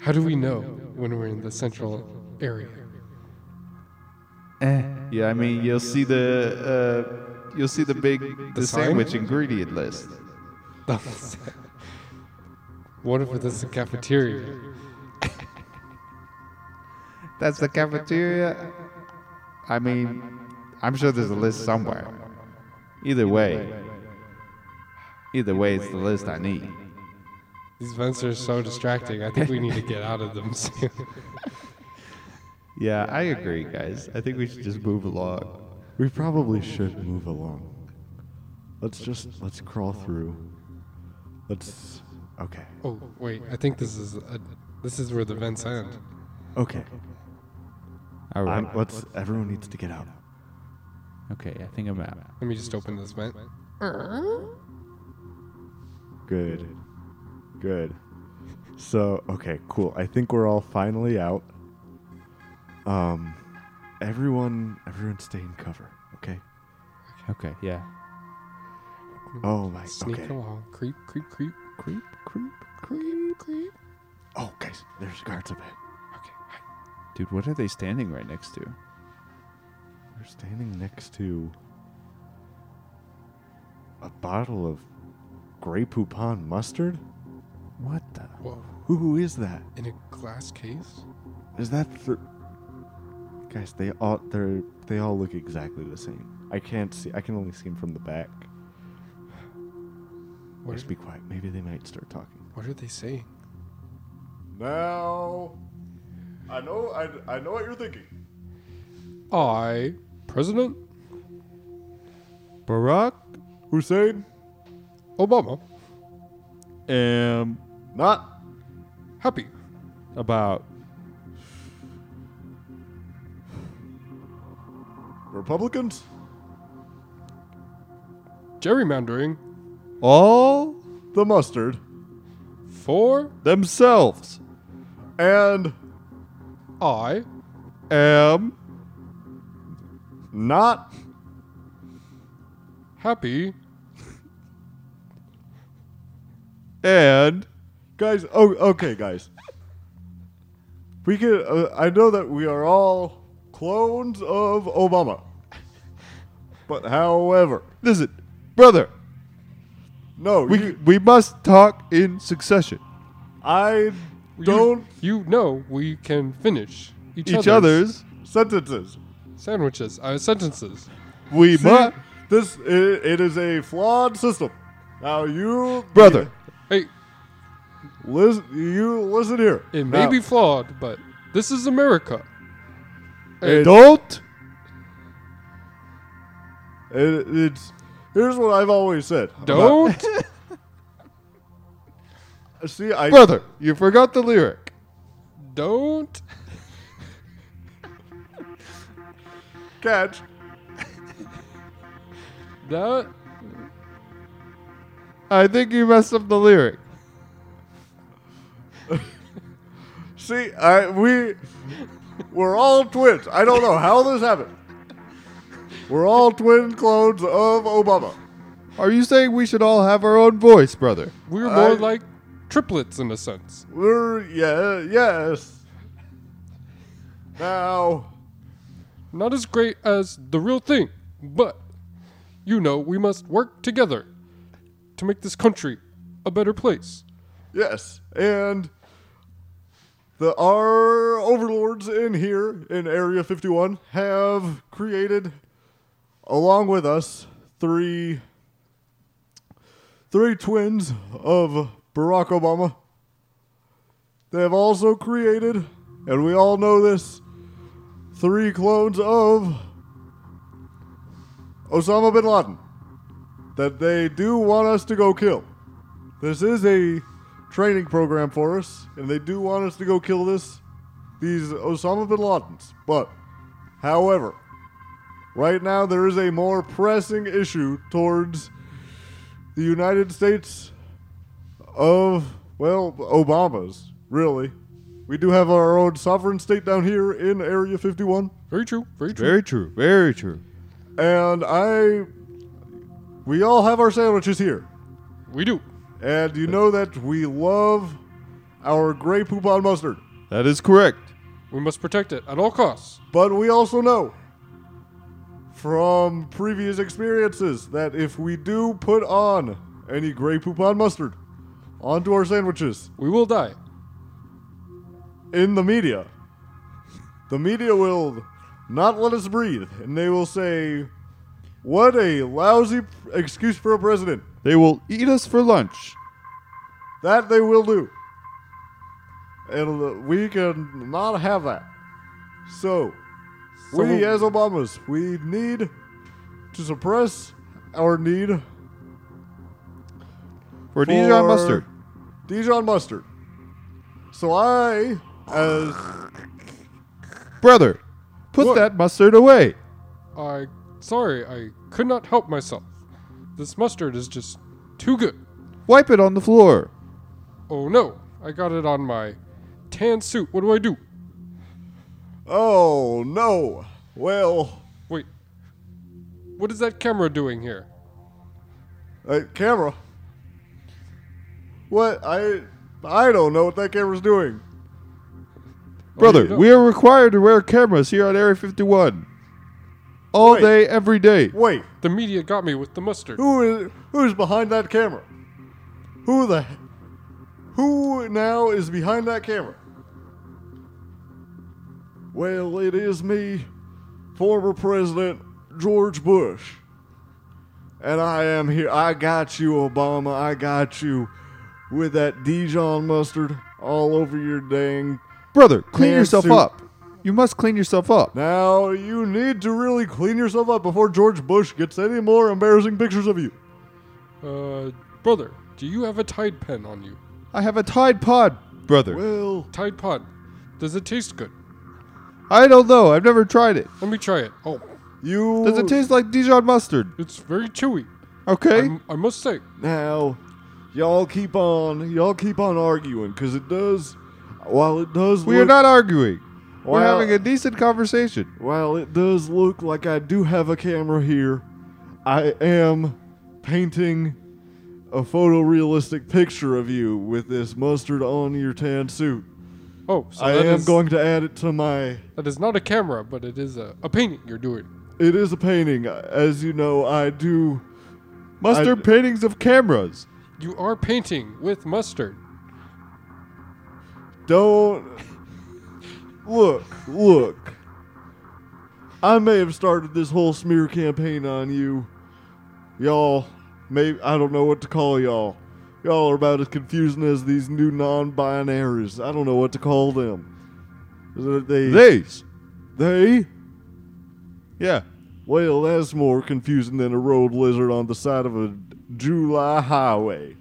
C: How do we know when we're in the central area?
D: Eh. Yeah, I mean, you'll see the uh, you'll see the big the
C: sign?
D: sandwich ingredient list.
C: what if this is a cafeteria?
D: That's the cafeteria. I mean, I'm sure there's a list somewhere. Either way, Either way, it's the list I need.
C: These vents are so distracting. I think we need to get out of them soon.
D: Yeah, I agree, guys. I think we should just move along.
A: We probably should move along. Let's just let's crawl through. Let's okay.
C: oh wait, I think this is a, this is where the vents end.
A: Okay.
D: All
A: I'm,
D: right.
A: let's everyone needs to get out.
D: Okay, I think I'm out.
C: Let me just open this vent.
A: Good. Good. So, okay, cool. I think we're all finally out. Um everyone everyone stay in cover, okay?
D: Okay, yeah.
A: Oh my
C: Sneak
A: okay.
C: along, creep, creep, creep.
A: Creep, creep, creep, creep. Oh guys, there's guards up ahead.
C: Okay,
D: Dude, what are they standing right next to?
A: We're standing next to a bottle of Grey Poupon mustard?
D: What the?
C: whoa,
A: Who, who is that?
C: in a glass case.
A: Is that th- guys? They all they they all look exactly the same. I can't see. I can only see them from the back.
C: What
A: Just
C: are,
A: be quiet. Maybe they might start talking.
C: what are they saying?
A: Now, I know. I, I know what you're thinking.
C: I, President
D: Barack?
A: Hussein,
C: Obama,
D: Um,
A: not
C: happy.
D: about.
A: Republicans.
C: Gerrymandering
D: All
A: The mustard
C: for
D: themselves.
A: and
C: I,
D: Am.
A: not
C: happy.
D: And.
A: guys. Oh, okay, guys. We could. Uh, I know that we are all clones of Obama, but however,
D: Listen, brother,
A: no,
D: we,
A: you-
D: we must talk in succession.
A: I
C: You-
A: don't
C: You, know we can finish each,
D: Each other's,
A: sentences.
C: sandwiches, uh, sentences.
D: we
A: See,
D: must.
A: this i it is a flawed system. Now you,
D: Brother.
C: Hey,
A: listen. You listen here.
C: it may
A: Now,
C: be flawed, but this is America.
A: it-
D: Don't.
A: it- it's here's what I've always said.
C: Don't.
A: About- see, I
D: Brother, you forgot the lyric.
C: Don't.
A: catch.
C: That.
D: I think you messed up the lyric.
A: See, I we we're all twins. I don't know how this happened. We're all twin clones of Obama.
D: Are you saying we should all have our own voice, brother?
C: We're more
A: I-
C: like triplets in a sense.
A: We're yeah, yes. Now,
C: Not as great as the real thing, but you know, we must work together to make this country a better place.
A: yes, and the our overlords in here in Area 51 have created, along with us, three three twins of Barack Obama. They have also created, and we all know this, three clones of Osama bin Laden that they do want us to go kill. This is a training program for us, and they do want us to go kill this these Osama bin Ladens. But, however, right now there is a more pressing issue towards the United States of well, Obama's really. We do have our own sovereign state down here in Area 51.
C: Very true. Very true.
D: Very true. Very true.
A: and I, we all have our sandwiches here,
C: we do.
A: and you know that we love our Grey Poupon mustard,
D: That is correct.
C: We must protect it at all costs.
A: but we also know from previous experiences that if we do put on any Grey Poupon mustard onto our sandwiches
C: We will die.
A: in the media, the media will not let us breathe, and they will say What a lousy p- excuse for a president.
D: They will eat us for lunch.
A: That they will do. And uh, we can not have that. So, we as Obamas, we need to suppress our need
D: For Dijon mustard.
A: Dijon mustard. So I, as
D: Brother, put
A: What?
D: that mustard away.
C: I sorry, I could not help myself. This mustard is just too good.
D: Wipe it on the floor.
C: Oh no, I got it on my tan suit. What do I do?
A: oh no, well,
C: Wait. What is that camera doing here?
A: uh, camera. What I I don't know what that camera's doing. Oh,
D: Brother,
C: no.
D: we are required to wear cameras here on Area 51. All
A: Wait.
D: day, every day.
A: Wait,
C: The media got me with the mustard.
A: who is who's behind that camera? Who the who now is behind that camera? Well, it is me, former President George Bush. And I am here. I got you, Obama. I got you with that Dijon mustard all over your dang.
D: Brother, clean
A: Tan
D: yourself
A: suit.
D: up. You must clean yourself up.
A: Now, you need to really clean yourself up before George Bush gets any more embarrassing pictures of you.
C: Uh, brother, do you have a Tide pen on you?
D: I have a Tide Pod, brother.
A: Well,
C: Tide pod. Does it taste good?
D: I don't know. I've never tried it.
C: Let me try it. Oh,
A: you.
D: Does it taste like Dijon mustard?
C: it's very chewy.
D: Okay.
C: I'm- I must say,
A: Now, y'all keep on, y'all keep on arguing because it does. While it does,
D: we are
A: look,
D: not arguing.
A: Well-
D: We're having a decent conversation.
A: While it does look like I do have a camera here, I am painting a photorealistic picture of you with this mustard on your tan suit.
C: oh, so
A: I
C: that
A: am
C: is-
A: going to add it to my.
C: That is not a camera, but it is a, a painting you're doing.
A: It is a painting, as you know. I do.
D: Mustard
A: I-
D: paintings of cameras.
C: You are painting with mustard.
A: Don't look, look. I may have started this whole smear campaign on you, y'all. Maybe I don't know what to call y'all. Y'all are about as confusing as these new non-binaries. I don't know what to call them. Is it They,
D: These.
A: they,
D: Yeah.
A: Well, that's more confusing than a road lizard on the side of a July highway.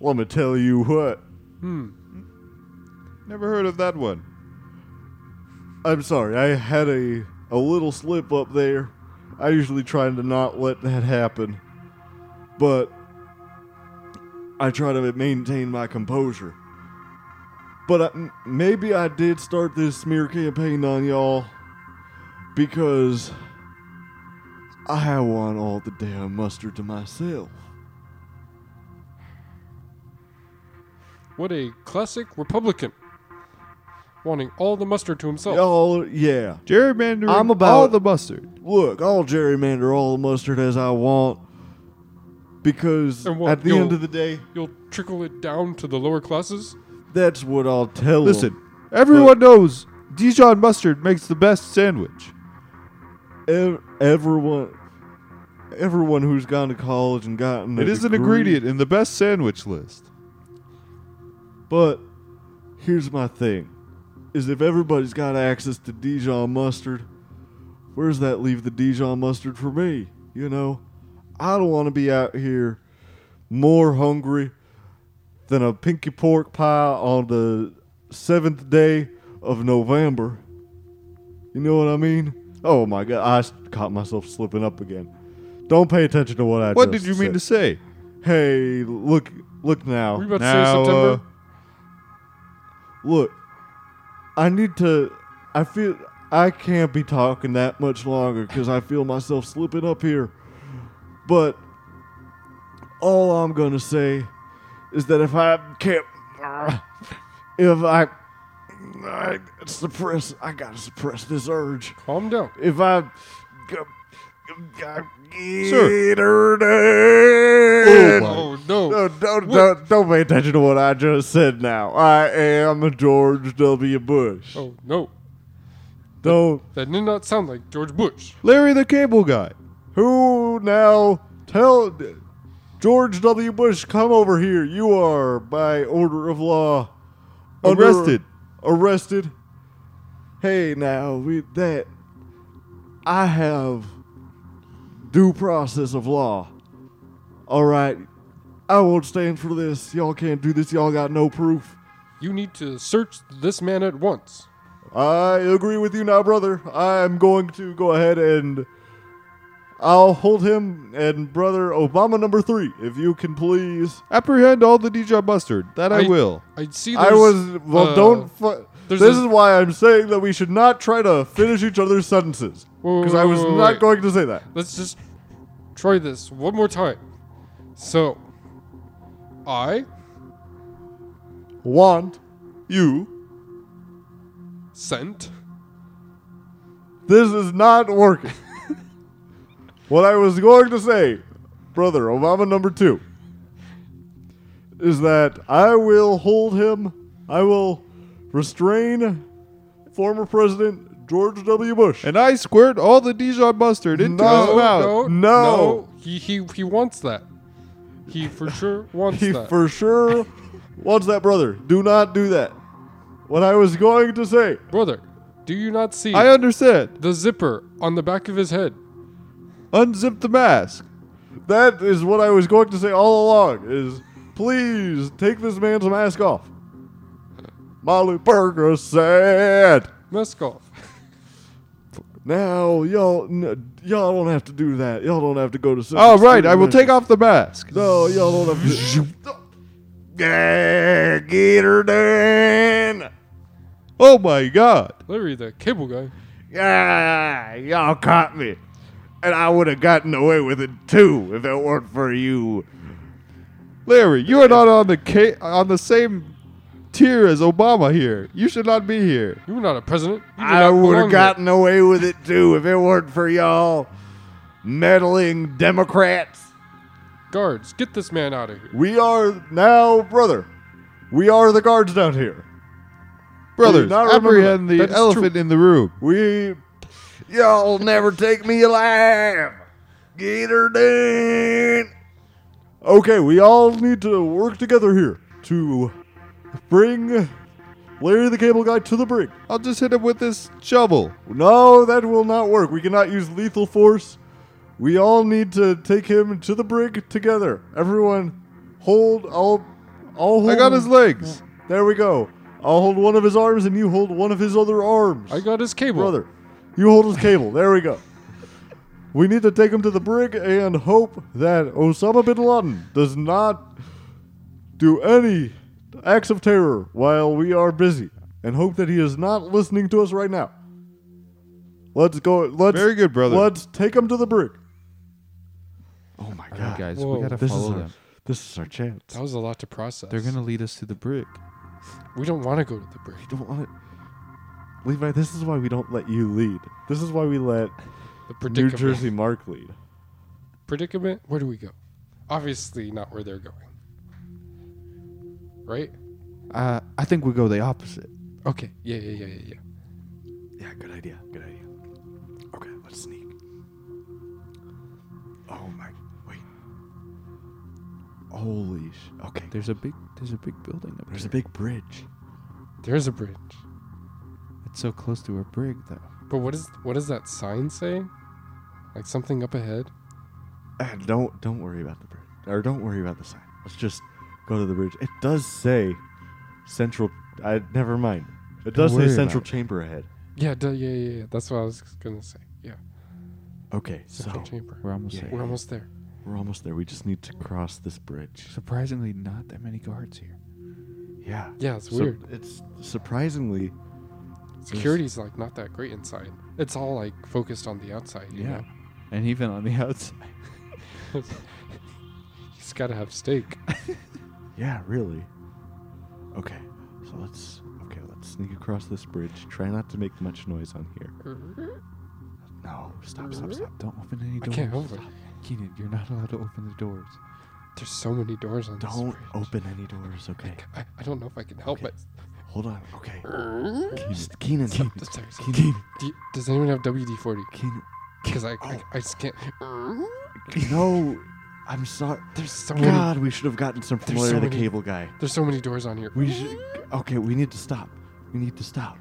A: Let me tell you what.
C: Hmm.
D: Never heard of that one.
A: I'm sorry, I had a a little slip up there. I usually try to not let that happen, but I try to maintain my composure. But I, m- maybe I did start this smear campaign on y'all because I want all the damn mustard to myself.
C: What a classic Republican. Wanting all the mustard to himself.
A: Y'all, yeah.
D: Gerrymandering
A: I'm about-
D: all the mustard.
A: Look, I'll gerrymander all the mustard as I want because
C: And what,
A: at the
C: you'll-
A: end of the day,
C: You'll trickle it down to the lower classes.
A: That's what I'll tell 'em.
D: Listen, everyone knows Dijon mustard makes the best sandwich.
A: Ev- everyone, everyone who's gone to college and gotten
D: It
A: a
D: is an
A: degree-
D: ingredient in the best sandwich list.
A: But here's my thing: is if everybody's got access to Dijon mustard, where does that leave the Dijon mustard for me? You know, I don't want to be out here more hungry than a pinky pork pie on the seventh day of November. You know what I mean? Oh my God! I s- caught myself slipping up again. Don't pay attention to what I.
D: What did
A: just
D: you mean to
A: said.
D: say?
A: Hey, look, look now. uh,
C: Were you about to say
D: Now,
C: September?
D: uh,
A: look, I need to. I feel I can't be talking that much longer because I feel myself slipping up here. But all I'm gonna say is that if I can't, uh, if I, I suppress, I gotta suppress this urge.
C: Calm down.
A: If I,
D: Sir.
A: sir.
C: Oh no.
A: No, don't, don't, don't pay attention to what I just said now. I am George W. Bush.
C: Oh no.
A: No,
C: That did not sound like George Bush.
D: Larry the Cable Guy.
A: who now tell George W. Bush, come over here. You are, by order of law, under-
D: Arrested.
A: Arrested. Hey, now, we, that. I have due process of law. All right. I won't stand for this. Y'all can't do this. Y'all got no proof.
C: You need to search this man at once.
A: I agree with you now, brother. I'm going to go ahead and I'll hold him and brother Obama number three, if you can please.
D: Apprehend all the DJ Mustard. That I,
C: I-
D: will.
C: I see.
A: I
C: there's,
A: was well.
C: uh,
A: don't. Fu-
C: there's
A: this is
C: a-
A: why I'm saying that we should not try to finish each other's sentences
C: Whoa,
A: because
C: whoa,
A: I was
C: whoa, whoa,
A: not
C: wait.
A: going to say that.
C: Let's just try this one more time. So, I
A: Want
D: You.
C: sent.
A: this is not working. what I was going to say, brother Obama number two, is that I will hold him, I will restrain former President George W. Bush.
D: And I squirt all the Dijon mustard into
A: No,
D: his mouth.
C: no,
A: No.
C: He he he wants that. He for sure wants
A: he
C: that.
A: for sure wants that, brother. Do not do that. What I was going to say,
C: Brother, do you not see
D: I understand.
C: the zipper on the back of his head?
D: Unzip the mask.
A: that is what I was going to say all along, is please take this man's mask off. Molly Berger said.
C: Meskov.
A: Now y'all, n- y'all don't have to do that. Y'all don't have to go to. such
D: All right, I will
A: extremes.
D: take off the mask.
A: No, y'all don't have to.
B: Yeah, get her done.
D: Oh my god.
C: Larry, the cable guy.
B: Yeah, y'all caught me. And I would have gotten away with it too if it weren't for you.
D: Larry, you are not on the ca- on the same tier as Obama here. You should not be here.
C: You were not a president. You did
B: I
C: not
B: would
C: belong
B: have
C: here.
B: gotten away with it too if it weren't for y'all meddling Democrats.
C: guards. Get this man out of here.
A: We are now, brother. We are the guards down here.
D: Brothers,
A: Do not remember
D: apprehend the
C: That is
D: elephant in the room.
A: We
B: Y'all never take me alive. Get her done.
A: okay. We all need to work together here to bring Larry the Cable Guy to the brink.
D: I'll just hit him with this shovel.
A: No, that will not work. We cannot use lethal force. We all need to take him to the brink together. Everyone, hold. I'll. I'll hold.
D: I got his
A: him.
D: legs.
A: There we go. I'll hold one of his arms and you hold one of his other arms.
C: I got his cable.
A: Brother, you hold his cable. There we go. We need to take him to the brig and hope that Osama bin Laden does not do any acts of terror while we are busy and hope that he is not listening to us right now. Let's go. Let's,
D: Very good, brother.
A: Let's take him to the brig.
D: Oh my god. guys,
C: Whoa, gotta
A: This is, our, this is our chance.
C: That was a lot to process.
D: lead us to the brick.
C: We don't want to go to the bridge.
A: We don't want it. Levi, this is why we don't let you lead. This is why we let
C: The
A: New
C: predicament.
A: Jersey Mark lead.
C: Predicament. Where do we go? Obviously, not where they're going. Right?
D: Uh, I think we go the opposite.
C: Okay. Yeah. Yeah. Yeah. Yeah. Yeah.
A: Yeah, good idea. Good idea. Okay, let's sneak. Oh my! Wait. Holy sh! Okay,
D: There's a big there's a big building up
A: there's a big bridge.
C: There's a bridge.
D: It's so close to a brig though.
C: But what is what does that sign say? Like something up ahead.
A: Ah, don't don't worry about the bridge, or don't worry about the sign. Let's just go to the bridge. It does say Central. I never mind. It does
D: worry
A: say
D: about
A: Central
D: it.
A: Chamber ahead.
C: Yeah. Duh, yeah. Yeah. Yeah. That's what I was gonna say. Yeah.
A: Okay,
C: Central
A: so
C: chamber.
D: We're almost
A: Yeah.
D: there.
C: We're almost there.
A: we're almost there. We just need to cross this bridge.
D: Surprisingly not that many guards here.
A: Yeah.
C: Yeah. It's
A: So
C: weird.
A: it's surprisingly
C: Security's like not that great inside. It's all like focused on the outside. you
D: Yeah. And even on the outside.
C: know? He's got to have steak.
A: Yeah, really. Okay, so let's okay, let's sneak across this bridge. Try not to make much noise on here. No, stop, stop, stop.
D: Don't open any
C: I
D: doors.
C: can't help it.
D: Keenan, you're not allowed to open the doors.
C: There's so many doors on this
A: Don't
C: bridge.
A: open any doors, okay?
C: I, I don't know if I can help it.
A: Hold on. Okay. Just Keenan. Keenan.
C: Just sorry, sorry.
A: Keenan.
C: Do you- does anyone have WD forty?
A: Keenan.
C: Because I,
A: Oh.
C: I, I just can't.
A: No. I'm sorry.
C: There's so many.
A: God, we should have gotten some
C: There's
A: Flair
C: so
A: the
C: many-
A: Cable Guy.
C: There's so many doors on here.
A: We should. Okay, we need to stop. We need to stop.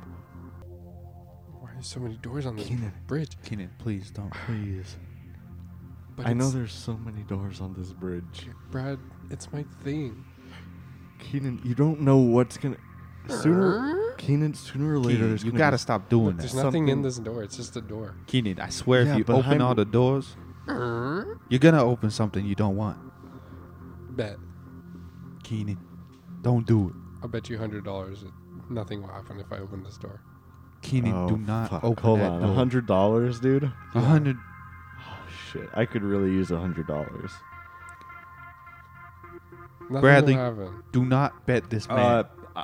C: Why are there so many doors on this
A: Keenan.
C: bridge?
D: Keenan, please don't.
A: Please.
C: But
A: I know
C: it's-
A: there's so many doors on this bridge.
C: Brad, it's my thing.
A: Keenan, you don't know what's gonna. Sooner, Keenan, sooner or later,
D: Keenan,
A: there's
D: you
A: gonna
D: gotta
A: be-
D: stop doing
C: There's
D: that.
C: nothing
A: something-
C: in this door. It's just a door.
D: Keenan, I swear
A: Yeah,
D: if you
A: behind-
D: open all the doors, you're gonna open something you don't want.
C: Bet.
D: Keenan, don't do it.
C: I'll bet you hundred dollars that nothing will happen if I open this door.
D: Keenan,
A: Oh,
D: do not
A: fuck.
D: open
A: Hold
D: that
A: on,
D: door.
A: a hundred dollars, dude.
D: A hundred.
A: Shit, I could really use a hundred dollars.
C: Nothing
D: Bradley-
C: will happen.
D: Do not bet this man.
A: Uh,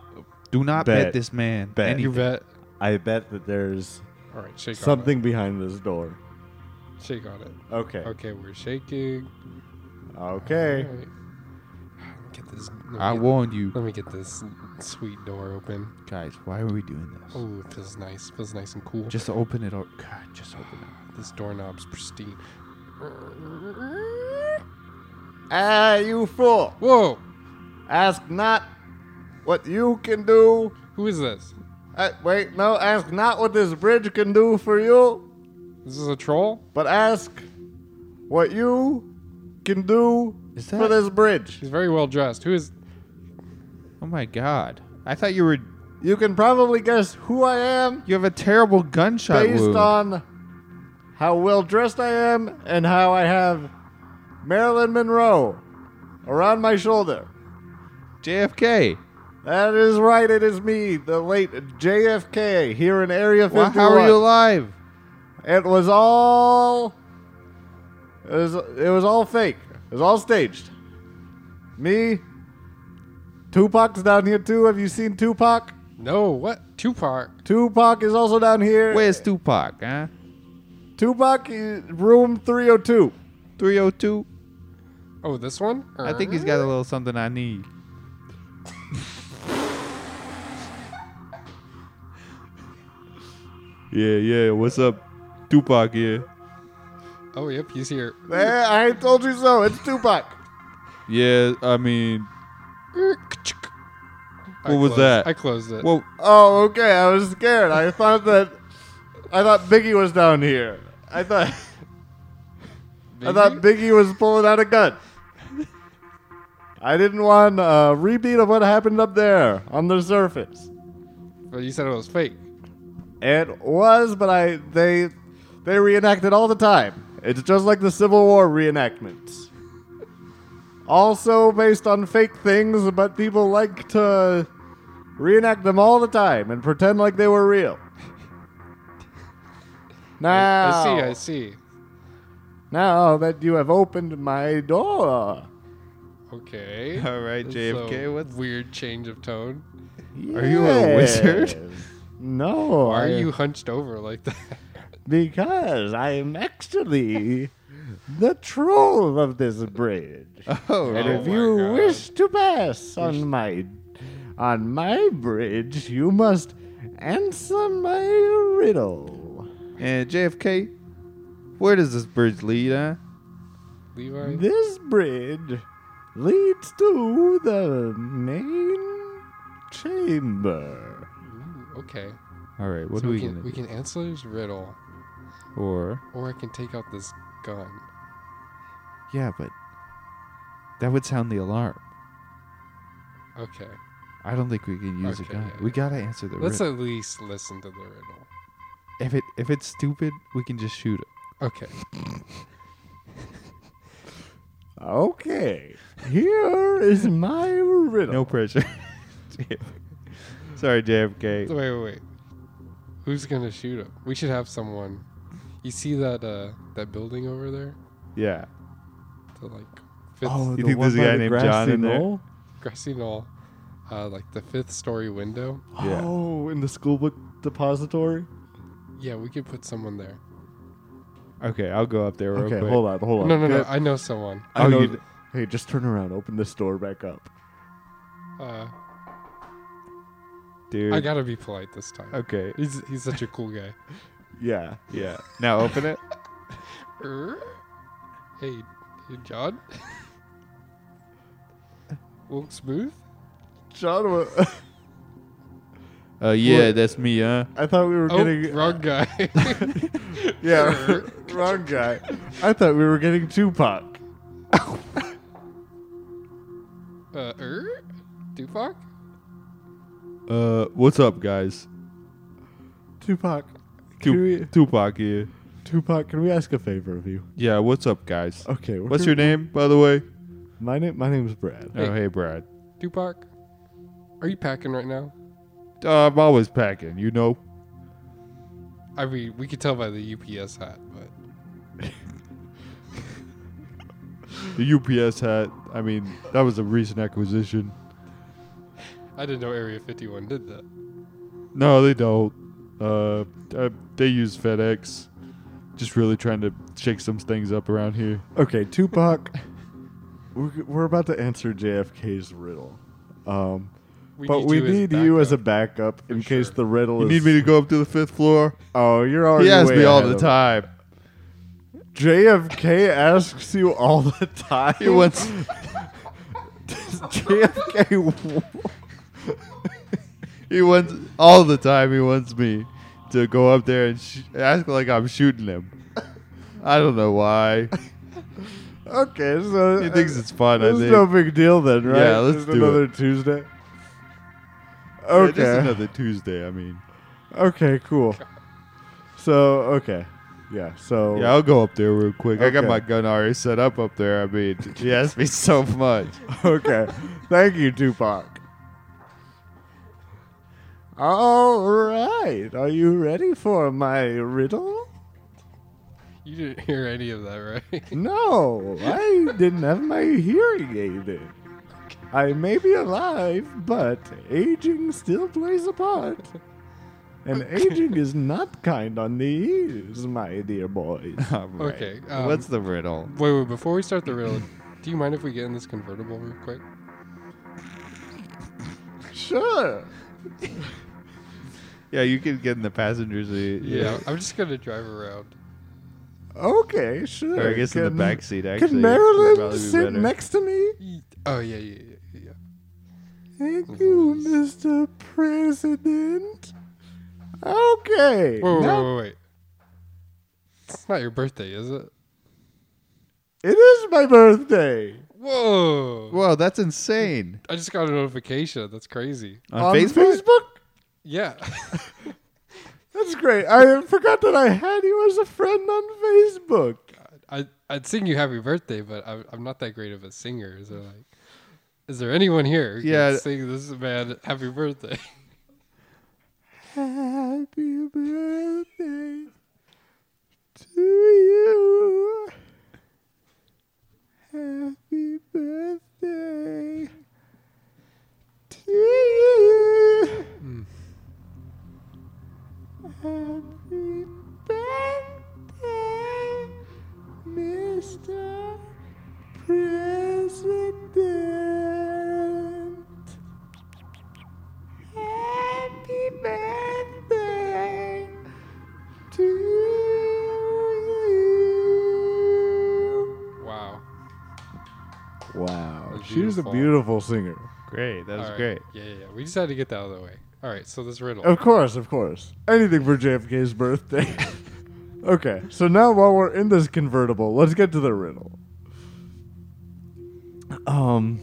D: do not bet,
A: bet.
D: this man.
A: Bet.
D: anything.
C: You bet.
A: I bet that there's
C: All right, shake
A: something behind this door.
C: on it. Shake on it.
A: Okay.
C: Okay, we're shaking.
A: Okay.
C: All right. Get this. let me
D: I
C: get-
D: warned you,
C: Let me get this sweet door open.
D: guys. Why are we doing this?
C: Oh, it feels nice. feels nice and cool.
D: Just open it. Or God, just open it.
C: this doorknob's pristine.
A: Ah, you fool!
C: Whoa!
A: Ask not what you can do.
C: Who is this?
A: Uh, wait, no, ask not what this bridge can do for you,
C: Is this a troll?
A: but ask what you can do
D: Is
A: for
D: that-
A: this bridge.
C: He's very well dressed. Who is?
D: Oh my God! I thought you were.
A: You can probably guess who I am
G: You have a terrible gunshot
A: based
G: wound.
A: on how well dressed I am and how I have Marilyn Monroe around my shoulder.
D: JFK.
A: That is right, it is me, the late JFK, here in Area 51.
D: Why, how are you alive?
A: It was all. It was, it was all fake. It was all staged. Me. Tupac's down here too. Have you seen Tupac?
C: No, what? Tupac.
A: Tupac is also down here.
D: Where's Tupac? Huh?
A: Tupac, is room 302.
D: 302.
C: Oh, this one?
D: I think he's got a little something I need. yeah, yeah. What's up, Tupac? Yeah,
C: Oh, yep, he's here.
A: Eh, I told you so. It's Tupac.
D: yeah. I mean,
C: I
D: What was
C: closed-
D: that?
C: I closed it.
D: well,
A: Oh, okay. I was scared. I thought that. I thought Biggie was down here. I thought. I thought
C: Biggie?
A: Biggie was pulling out a gun. I didn't want a repeat of what happened up there on the surface.
C: But you said it was fake.
A: It was, but I they they reenact it all the time. It's just like the Civil War reenactments. Also based on fake things, but people like to reenact them all the time and pretend like they were real. Now,
C: I see, I see.
A: now that you have opened my door,
C: Okay.
D: all right,
C: It's
D: JFK.
C: a
D: what's
C: weird change of tone?
D: Are you a wizard?
A: Yes. No.
C: Why
A: I-
C: are you hunched over like that?
A: Because I'm actually the troll of this bridge.
D: oh,
A: and
C: Oh
A: if
C: my
A: you
C: God.
A: wish to pass on my on my bridge, you must answer my riddle.
D: and JFK? Where does this bridge lead? Huh?
C: Levi?
A: This bridge leads to the main chamber.
C: Ooh, okay.
D: All right, what
C: So
D: do we,
C: we can
D: gonna
C: we
D: do?
C: can answer his riddle,
D: Or
C: or I can take out this gun.
D: yeah, but that would sound the alarm.
C: Okay.
D: I don't think we can use
C: Okay,
D: a gun.
C: yeah,
D: We
C: yeah.
D: gotta answer the
C: Let's
D: riddle.
C: at least listen to the riddle.
D: if it if it's stupid, we can just shoot it.
C: Okay.
A: Okay, here is my riddle.
D: No pressure. Sorry, JFK.
C: Wait, wait, wait. Who's gonna shoot him? We should have someone. You see that uh that building over there?
D: Yeah.
C: The like fifth
A: Oh,
D: You
A: the
D: think
A: one
D: there's a
A: by
D: guy
A: the
D: named
A: grassy
D: John in there?
A: knoll?
C: grassy knoll, uh, like the fifth story window.
D: Yeah.
A: Oh, in the school book depository.
C: Yeah, we could put someone there.
D: Okay, I'll go up there real
A: Okay,
D: quick.
A: hold on, hold on.
C: No, no, no.
A: Good.
C: I know someone.
A: I
D: Oh,
A: know
D: you-
A: th- hey, just turn around. Open this door back up.
C: Uh,
D: dude.
C: I Uh, gotta be polite this time.
D: okay.
C: He's he's such a cool guy.
A: Yeah.
D: Yeah. Now open it.
C: Er? Hey, hey, John. Wilkes Booth.
A: John, wa-
D: Uh, yeah,
A: What?
D: that's me, huh?
A: I thought we were
C: Oh,
A: getting
C: wrong guy.
A: yeah, wrong guy. I thought we were getting Tupac.
C: uh, er? Tupac.
D: Uh, what's up, guys?
A: Tupac,
D: Tu-
A: Can we-
D: Tupac here.
A: Tupac, can we ask a favor of you?
D: Yeah, what's up, guys?
A: Okay, we're
D: What's your name, by the way?
A: My name, my name's Brad.
D: Oh, hey, Brad.
C: Tupac. Are you packing right now?
D: Uh, I'm always packing, you know.
C: I mean, we could tell by the UPS hat, but
D: The UPS hat. I mean, that was a recent acquisition.
C: I didn't know Area 51 did that.
D: No, they don't. Uh, uh, they use FedEx. Just really trying to shake some things up around here.
A: Okay, Tupac. we're, we're about to answer JFK's riddle, um,
C: We
A: but we
C: you as
A: need you as a
C: backup.
A: backup in case
C: sure.
A: the riddle
D: You
A: is.
D: need me to go up to the fifth floor?
A: Oh, you're already.
D: He asks
A: way
D: me all
A: ahead
D: the
A: of-
D: time.
A: JFK asks you all the time.
D: He wants.
A: JFK.
D: He wants all the time. He wants me to go up there and sh- act like I'm shooting him. I don't know why.
A: okay, so
D: He thinks it's fun. I
A: It's
D: think.
A: no big deal then, right?
D: Yeah, let's
A: Just
D: do
A: another Tuesday.
D: It
A: Okay.
D: is another Tuesday. I mean,
A: Okay, cool. So, okay. Yeah, so
D: yeah, I'll go up there real quick. I got
A: Okay.
D: my gun already set up up there. I mean, he asked me so much.
A: okay. Thank you, Tupac. All right. Are you ready for my riddle?
C: You didn't hear any of that, right?
A: No, I didn't have my hearing aid in. I may be alive, but aging still plays a part. And aging is not kind on the ears, my dear boys.
D: All right.
C: Okay, um,
D: What's the riddle?
C: Wait, wait, before we start the riddle, do you mind if we get in this convertible real quick?
A: Sure.
D: Yeah, you can get in the passenger seat.
C: I'm just gonna drive around.
A: Okay, sure.
D: Or I guess in the back seat, actually.
A: Can
D: would
A: Marilyn
D: probably be
A: sit
D: better.
A: next to me?
C: Ye- Oh yeah, yeah, yeah. yeah.
A: Thank you, Mr. President. Okay.
C: Wait, wait,
A: now-
C: wait, wait, wait. It's not your birthday, is it?
A: It is my birthday.
C: Whoa!
D: Whoa, that's insane.
C: I just got a notification. That's crazy.
D: On, Facebook?
A: Facebook?
C: Yeah.
A: That's great. I forgot that I had you as a friend on Facebook.
C: I I'd sing you happy birthday, but I'm, I'm not that great of a singer. Is there like, is there anyone here? Who
D: Yeah.
C: Can sing this man happy birthday.
A: Happy birthday to you. Happy birthday to you. Happy birthday, Mr. President. Happy birthday to you.
C: Wow.
A: Wow.
C: That's
A: She's a
C: beautiful.
A: beautiful singer.
D: Great. That was
C: All right.
D: great.
C: Yeah, yeah, yeah. We just had to get that out of the way. All right. So this riddle.
A: Of course, of course. Anything for JFK's birthday. okay, so now while we're in this convertible, let's get to the riddle. Um.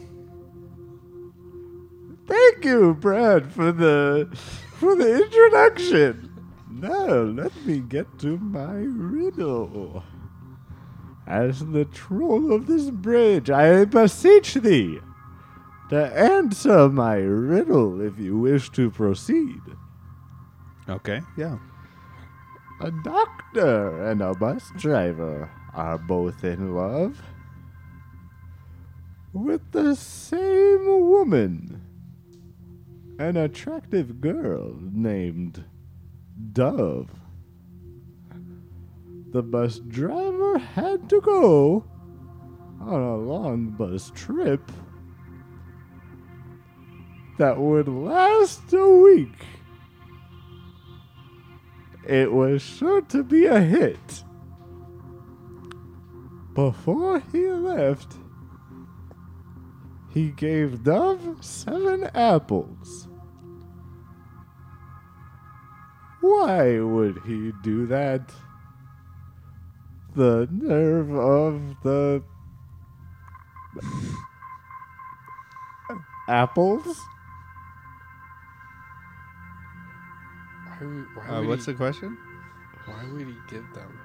A: Thank you, Brad, for the for the introduction. Now let me get to my riddle. As the troll of this bridge, I beseech thee to answer my riddle if you wish to proceed.
D: Okay. Yeah.
A: A doctor and a bus driver are both in love with the same woman, an attractive girl named Dove. The bus driver had to go on a long bus trip that would last a week. It was sure to be a hit. Before he left, he gave Dove seven apples. Why would he do that? The nerve of the apples?
C: Why would, why
D: Uh,
C: would
D: what's
C: he,
D: the question?
C: Why would he give them?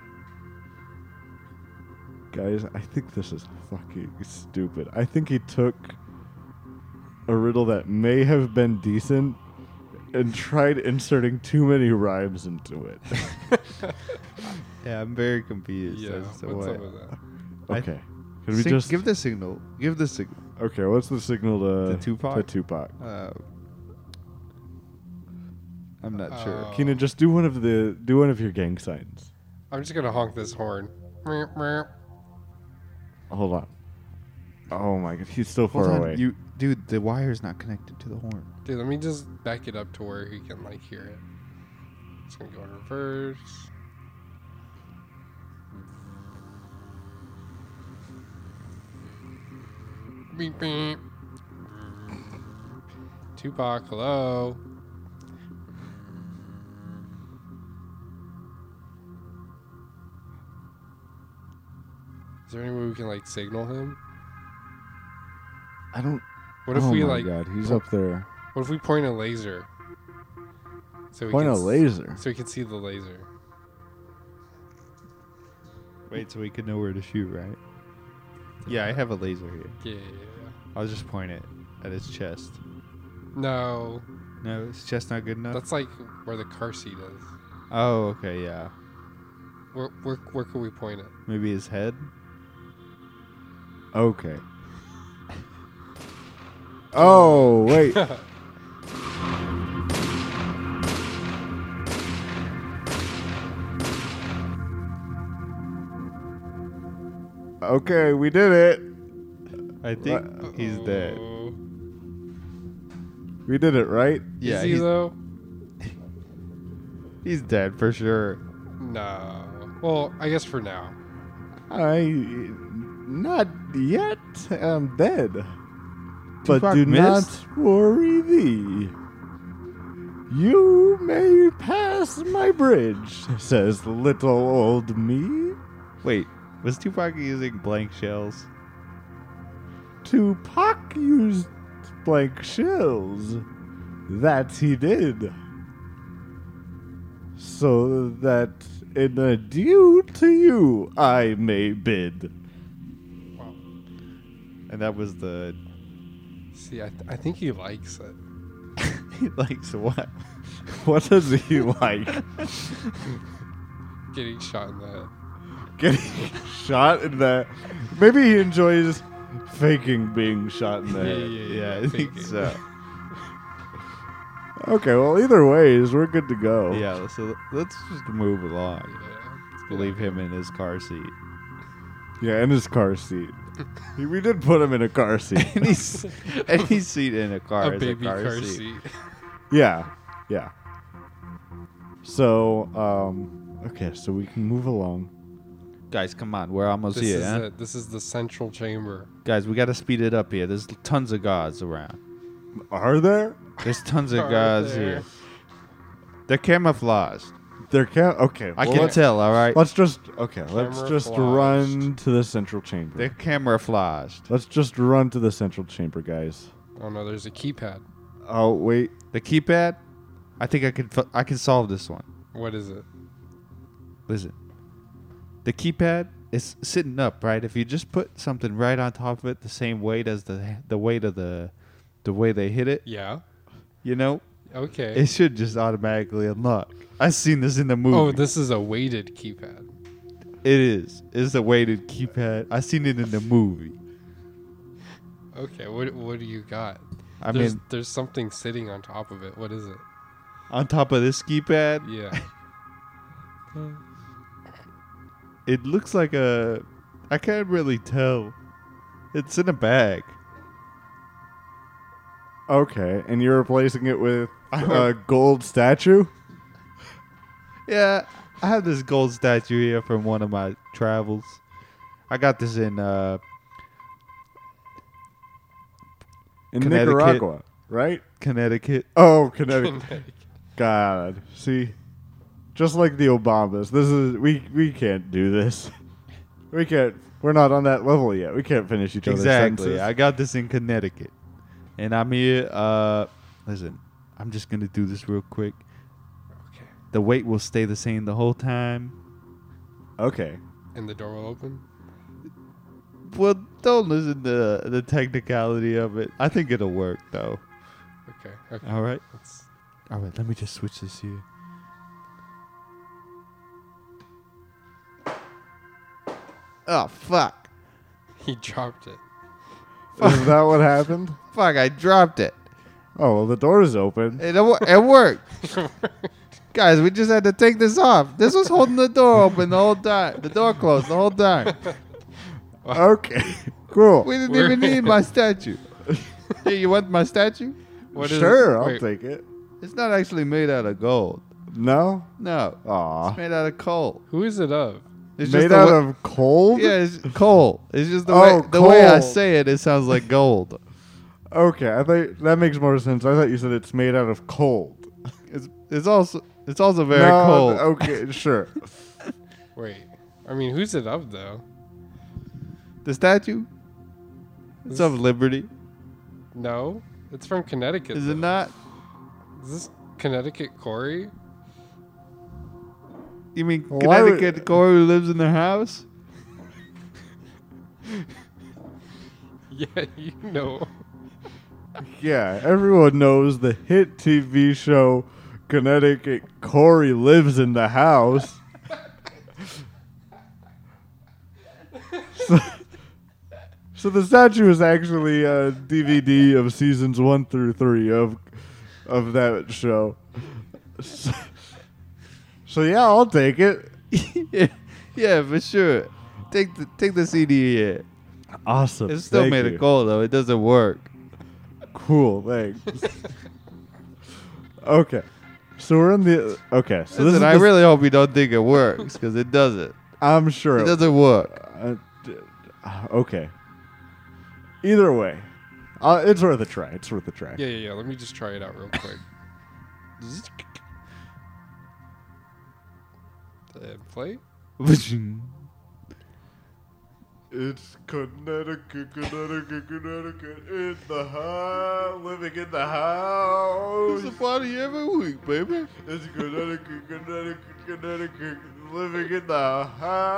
A: Guys, I think this is fucking stupid. I think he took a riddle that may have been decent and tried inserting too many rhymes into it.
D: Yeah, I'm very confused.
C: yeah,
D: as to
C: what's
D: what-
C: up with that?
D: I-
A: Okay. Can we
G: Sig-
A: just
G: give the signal? Give the signal.
A: Okay, what's the signal to,
D: To Tupac?
A: To Tupac.
D: Uh, I'm not sure.
C: Uh,
A: Keenan, just do one of the do one of your gang signs.
C: I'm just gonna honk this horn. Meow, meow.
A: Hold on. Oh my god, he's so
D: Hold
A: far
D: on,
A: away.
D: you dude. The wire's not connected to the horn.
C: Dude, let me just back it up to where he can like hear it. It's gonna go in reverse. Beep beep. Tupac, hello. Is there any way we can like signal him?
A: I don't
C: What if
A: oh
C: we
A: my
C: like?
A: god, he's up there.
C: What if we point a laser? So we
A: Point
C: can
A: a
C: s-
A: laser.
C: So we can see the laser.
D: Wait, so we can know where to shoot, right? Yeah, I have a laser here.
C: Yeah. yeah, yeah.
D: I'll just point it at his chest.
C: No,
D: No, his chest not good enough.
C: that's like where the car seat is.
D: oh, okay, yeah.
C: Where where where can we point it?
D: Maybe his head.
A: Okay. Oh, wait. okay, we did it.
D: I think he's dead.
C: Oh.
A: We did it, right?
D: Yeah,
C: is he
D: he's,
C: though?
D: he's dead for sure.
C: No. Well, I guess for now.
A: I not yet. I'm dead. but
D: Tupac
A: do
D: missed?
A: not worry thee. You may pass my bridge, says little old me.
D: Wait, was Tupac using blank shells?
A: Tupac used blank shells. That he did. So that in adieu to you I may bid.
C: Wow.
D: And that was the
C: See, I, th- I think he likes it.
D: he likes what?
A: What does he like?
C: Getting shot in the head.
A: Getting shot in the. Maybe he enjoys faking being shot in the head.
D: Yeah, I think
C: thinking.
D: so.
A: Okay, well, either ways, we're good to go.
D: Yeah, so let's just move along.
C: Yeah. it's good.
D: Leave him in his car seat.
A: Yeah, in his car seat. He- we did put him in a car seat.
D: Any, s- any seat in a
C: A
D: car is
C: baby
D: a car,
C: car,
D: seat.
C: seat.
A: yeah, yeah. So, um, okay, so we can move along.
D: Guys, come on, we're almost
C: This
D: here.
C: is
D: huh?
C: it. This is the central chamber.
D: Guys, we gotta speed it up here. There's tons of gods around.
A: Are there?
D: There's tons of
C: Are
D: gods
C: there?
D: here. They're camouflaged.
A: There can Okay,
D: I
A: well,
D: can
A: let's,
D: tell. All right,
A: let's just. Okay, let's just
C: Camouflaged.
A: run to the central chamber.
D: they're camouflaged.
A: let's just run to the central chamber, guys.
C: Oh no, there's a keypad.
A: Oh, wait.
D: The keypad. I think I can. f- I can solve this one.
C: What is it?
D: Listen, the keypad is sitting up, right? If you just put something right on top of it, the same weight as the the weight of the the way they hit it,
C: Yeah.
D: you know,
C: Okay.
D: it should just automatically unlock. I've seen this in the movie.
C: Oh, this is a weighted keypad.
D: it is. It's a weighted keypad. I seen it in the movie.
C: Okay, what what do you got?
D: I
C: there's,
D: mean,
C: there's something sitting on top of it. What is it?
D: on top of this keypad,
C: Yeah.
D: it looks like a. I can't really tell. It's in a bag.
A: Okay, and you're replacing it with a gold statue?
D: Yeah, I have this gold statue here from one of my travels. I got this in uh,
A: In
D: Connecticut.
A: Nicaragua, right?
D: Connecticut.
A: Oh, Connecticut. God, see, just like the Obamas, this is we we can't do this. We can't. We're not on that level yet. We can't finish each other's
D: Exactly.
A: sentences.
D: I got this in Connecticut. And I'm here. Uh, listen, I'm just going to do this real quick.
C: Okay.
D: The weight will stay the same the whole time.
A: okay.
C: And the door will open.
D: Well, don't listen to the technicality of it. I think it'll work, though.
C: Okay. Okay.
D: All right.
C: That's-
D: All right, let me just switch this here.
G: Oh fuck!
C: he dropped it.
A: Is that what happened?
G: Fuck! I dropped it.
A: Oh well, the door is open.
G: It wo- it worked. Guys, we just had to take this off. This was holding the door open the whole time. The door closed the whole time.
A: Okay, cool.
G: We didn't
C: We're-
G: even need my statue. Here, you want my statue?
C: What is
A: sure,
C: it?
A: I'll
C: Wait,
A: take it.
G: It's not actually made out of gold.
A: No,
G: No, it's
A: aw,
G: made out of coal.
C: Who is it of?
G: It's
A: made
G: the
A: out
G: wa-
A: of cold.
G: yeah, it's coal. It's just the
A: Oh,
G: way the way I
A: coal.
G: say it. It sounds like gold.
A: Okay, I think that makes more sense. I thought you said it's made out of cold.
G: It's it's also it's also very
A: no,
G: cold.
A: Okay, sure.
C: Wait. I mean, who's it of though?
G: The statue. It's of liberty.
C: No, it's from Connecticut.
G: Is
C: though.
G: it not?
C: Is this Connecticut Corey?
G: You mean
A: Why would-
G: Connecticut Corey who lives in their house?
C: Yeah, you know.
A: Yeah, everyone knows the hit TV show Connecticut Corey lives in the house. so, so the statue is actually a DVD of seasons one through three of of that show. So, so yeah, I'll take it.
G: yeah, yeah, for sure. Take the take the CD here.
A: Awesome.
G: It's still made of gold though. It doesn't work.
A: Cool. Thanks. okay. So we're in the okay. So this is
G: Listen, I
A: the-
G: really hope you don't think it works because it doesn't.
A: I'm sure
G: It
A: it
G: doesn't work.
A: Uh, d- uh, okay. Either way, uh, it's worth a try. It's worth a try.
C: Yeah, yeah, yeah. Let me just try it out real quick. And play.
A: It's Connecticut, Connecticut, Connecticut in the house, living in the house.
G: party every week, baby.
A: It's Connecticut, Connecticut, Connecticut, living in the house.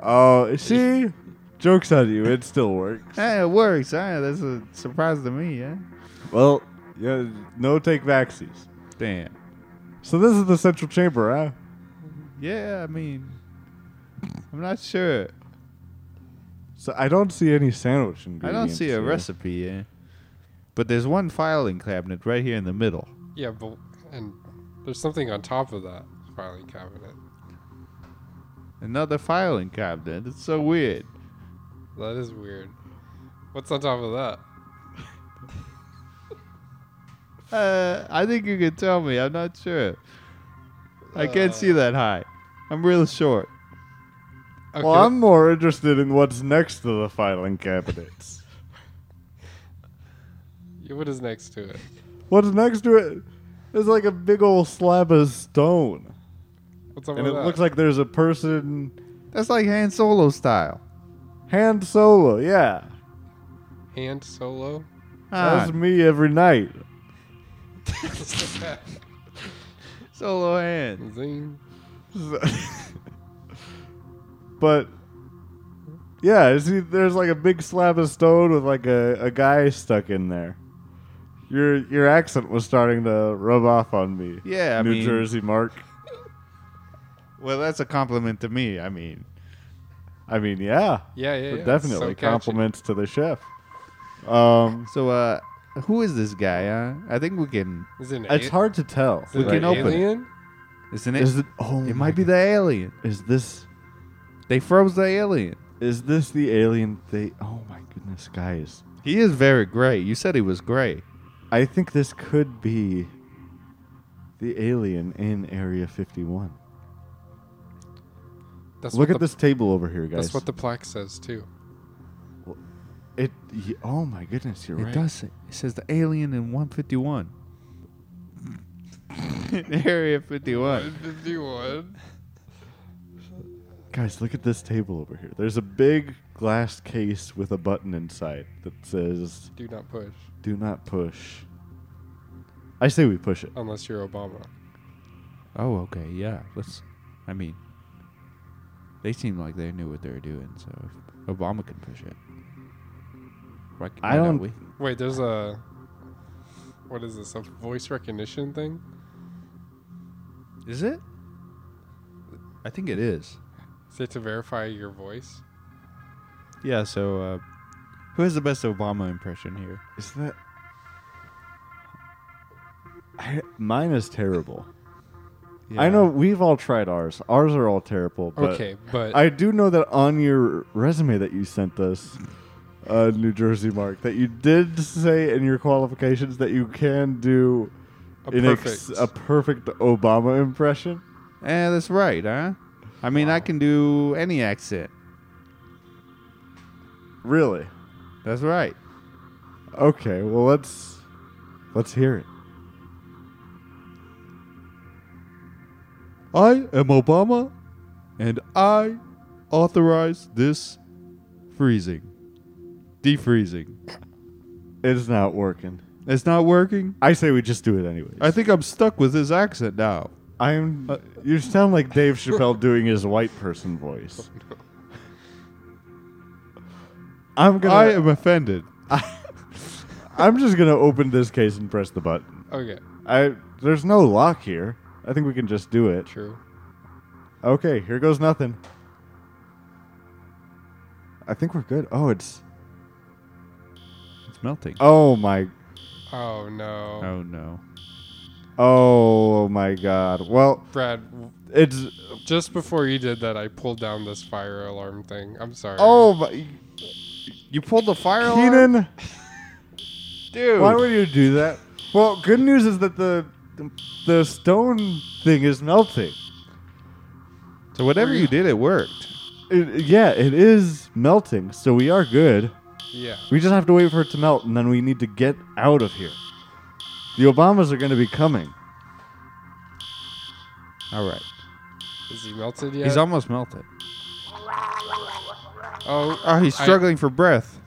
A: Oh, see, jokes on you. It still works.
G: Hey, it works. Hey, that's a surprise to me. Yeah.
A: Well, yeah, no take vaxies.
D: Damn.
A: So this is the central chamber, huh?
G: Yeah, I mean, I'm not sure.
A: So I don't see any sandwich ingredients.
D: I don't see a
A: here.
D: recipe, yeah. But there's one filing cabinet right here in the middle.
C: Yeah, but and there's something on top of that filing cabinet.
D: Another filing cabinet. It's so weird.
C: That is weird. What's on top of that?
D: Uh, I think you can tell me. I'm not sure. I can't
C: Uh,
D: see that high. I'm real short.
C: Okay,
A: Well, I'm more interested in what's next to the filing cabinets.
C: yeah, what is next to it?
A: what's next to it is like a big old slab of stone,
C: What's up
A: and
C: with
A: it
C: that?
A: looks like there's a person,
G: That's like Han Solo style.
A: Han Solo. Yeah,
C: hand solo.
A: that's
G: Han
A: me every night.
G: Solo Han.
C: Zing.
A: So- but yeah, I see, there's like a big slab of stone with like a, a guy stuck in there. Your your accent was starting to rub off on me.
D: Yeah, I
A: New
D: mean-
A: Jersey, Mark.
D: Well, that's a compliment to me. I mean,
A: I mean, yeah,
C: Yeah, yeah,
A: but
C: yeah.
A: definitely
C: So catchy.
A: compliments to the chef. Um,
D: so uh, who is this guy? Huh? I think we can.
C: Is it an
A: it's
C: a-
A: hard to tell.
C: Is it
D: We can
C: an
D: open it.
C: alien?
D: Isn't it?
A: Is it? Oh,
D: it might be the alien.
A: Is this?
D: They froze the alien.
A: Is this the alien? They. Oh my goodness, guys!
D: He is very gray. You said he was gray.
A: I think this could be the alien in Area 51.
C: That's
A: Look
C: what
A: at
C: the,
A: this table over here, guys.
C: That's what the plaque says too.
A: it. y- Oh my goodness, you're
D: It
A: right.
D: does say, it says the alien in 151. Area 51.
C: 51.
A: Guys, look at this table over here. There's a big glass case with a button inside that says
C: Do not push
A: "Do not push." I say we push it.
C: unless you're Obama.
D: Oh, okay. Yeah. Let's. I mean, they seem like they knew what they were doing. So if Obama can push it. Why, c-
A: I
D: why not
A: don't-
D: we?
C: Wait, there's a what is this? A voice recognition thing?
D: Is it? I think it is.
C: Is it to verify your voice?
D: Yeah. So, uh, who has the best Obama impression here?
A: Is that? I, mine is terrible. I
D: Yeah.
A: know we've all tried ours. Ours are all terrible. But
C: okay, but
A: I do know that on your resume that you sent us, uh, New Jersey Mark, that you did say in your qualifications that you can do
C: a
A: an
C: perfect.
A: ex- a perfect Obama impression.
D: Eh, that's right, huh? I mean, I can do any accent.
A: Really?
D: That's right.
A: Okay. Well, let's let's hear it.
D: I am Obama, and I authorize this freezing, defreezing.
A: It's not working.
D: It's not working.
A: I say we just do it anyways.
D: I think I'm stuck with this accent now.
A: I'm. you sound like Dave Chappelle doing his white person voice. I'm gonna.
D: I am offended.
A: I'm just gonna open this case and press the button.
C: okay,
A: I there's no lock here. I think we can just do it.
C: true.
A: Okay, here goes nothing. I think we're good. Oh, it's
D: It's melting.
A: oh my
C: Oh no,
D: Oh no.
A: oh my god. Well,
C: Brad. w-
A: it's
C: Just before you did that, I pulled down this fire alarm thing. I'm sorry.
A: oh my
D: You pulled the fire
A: Keenan.
D: dude.
A: Why would you do that? Well, good news is that the the stone thing is melting.
D: so whatever you did, it worked.
A: It, yeah, it is melting, so we are good.
C: yeah.
A: We just have to wait for it to melt, and then we need to get out of here. The Obamas are going to be coming.
D: All right. Uh,
C: Is he melted yet?
D: He's almost melted.
C: oh,
D: Oh, he's
C: I-
D: struggling for breath.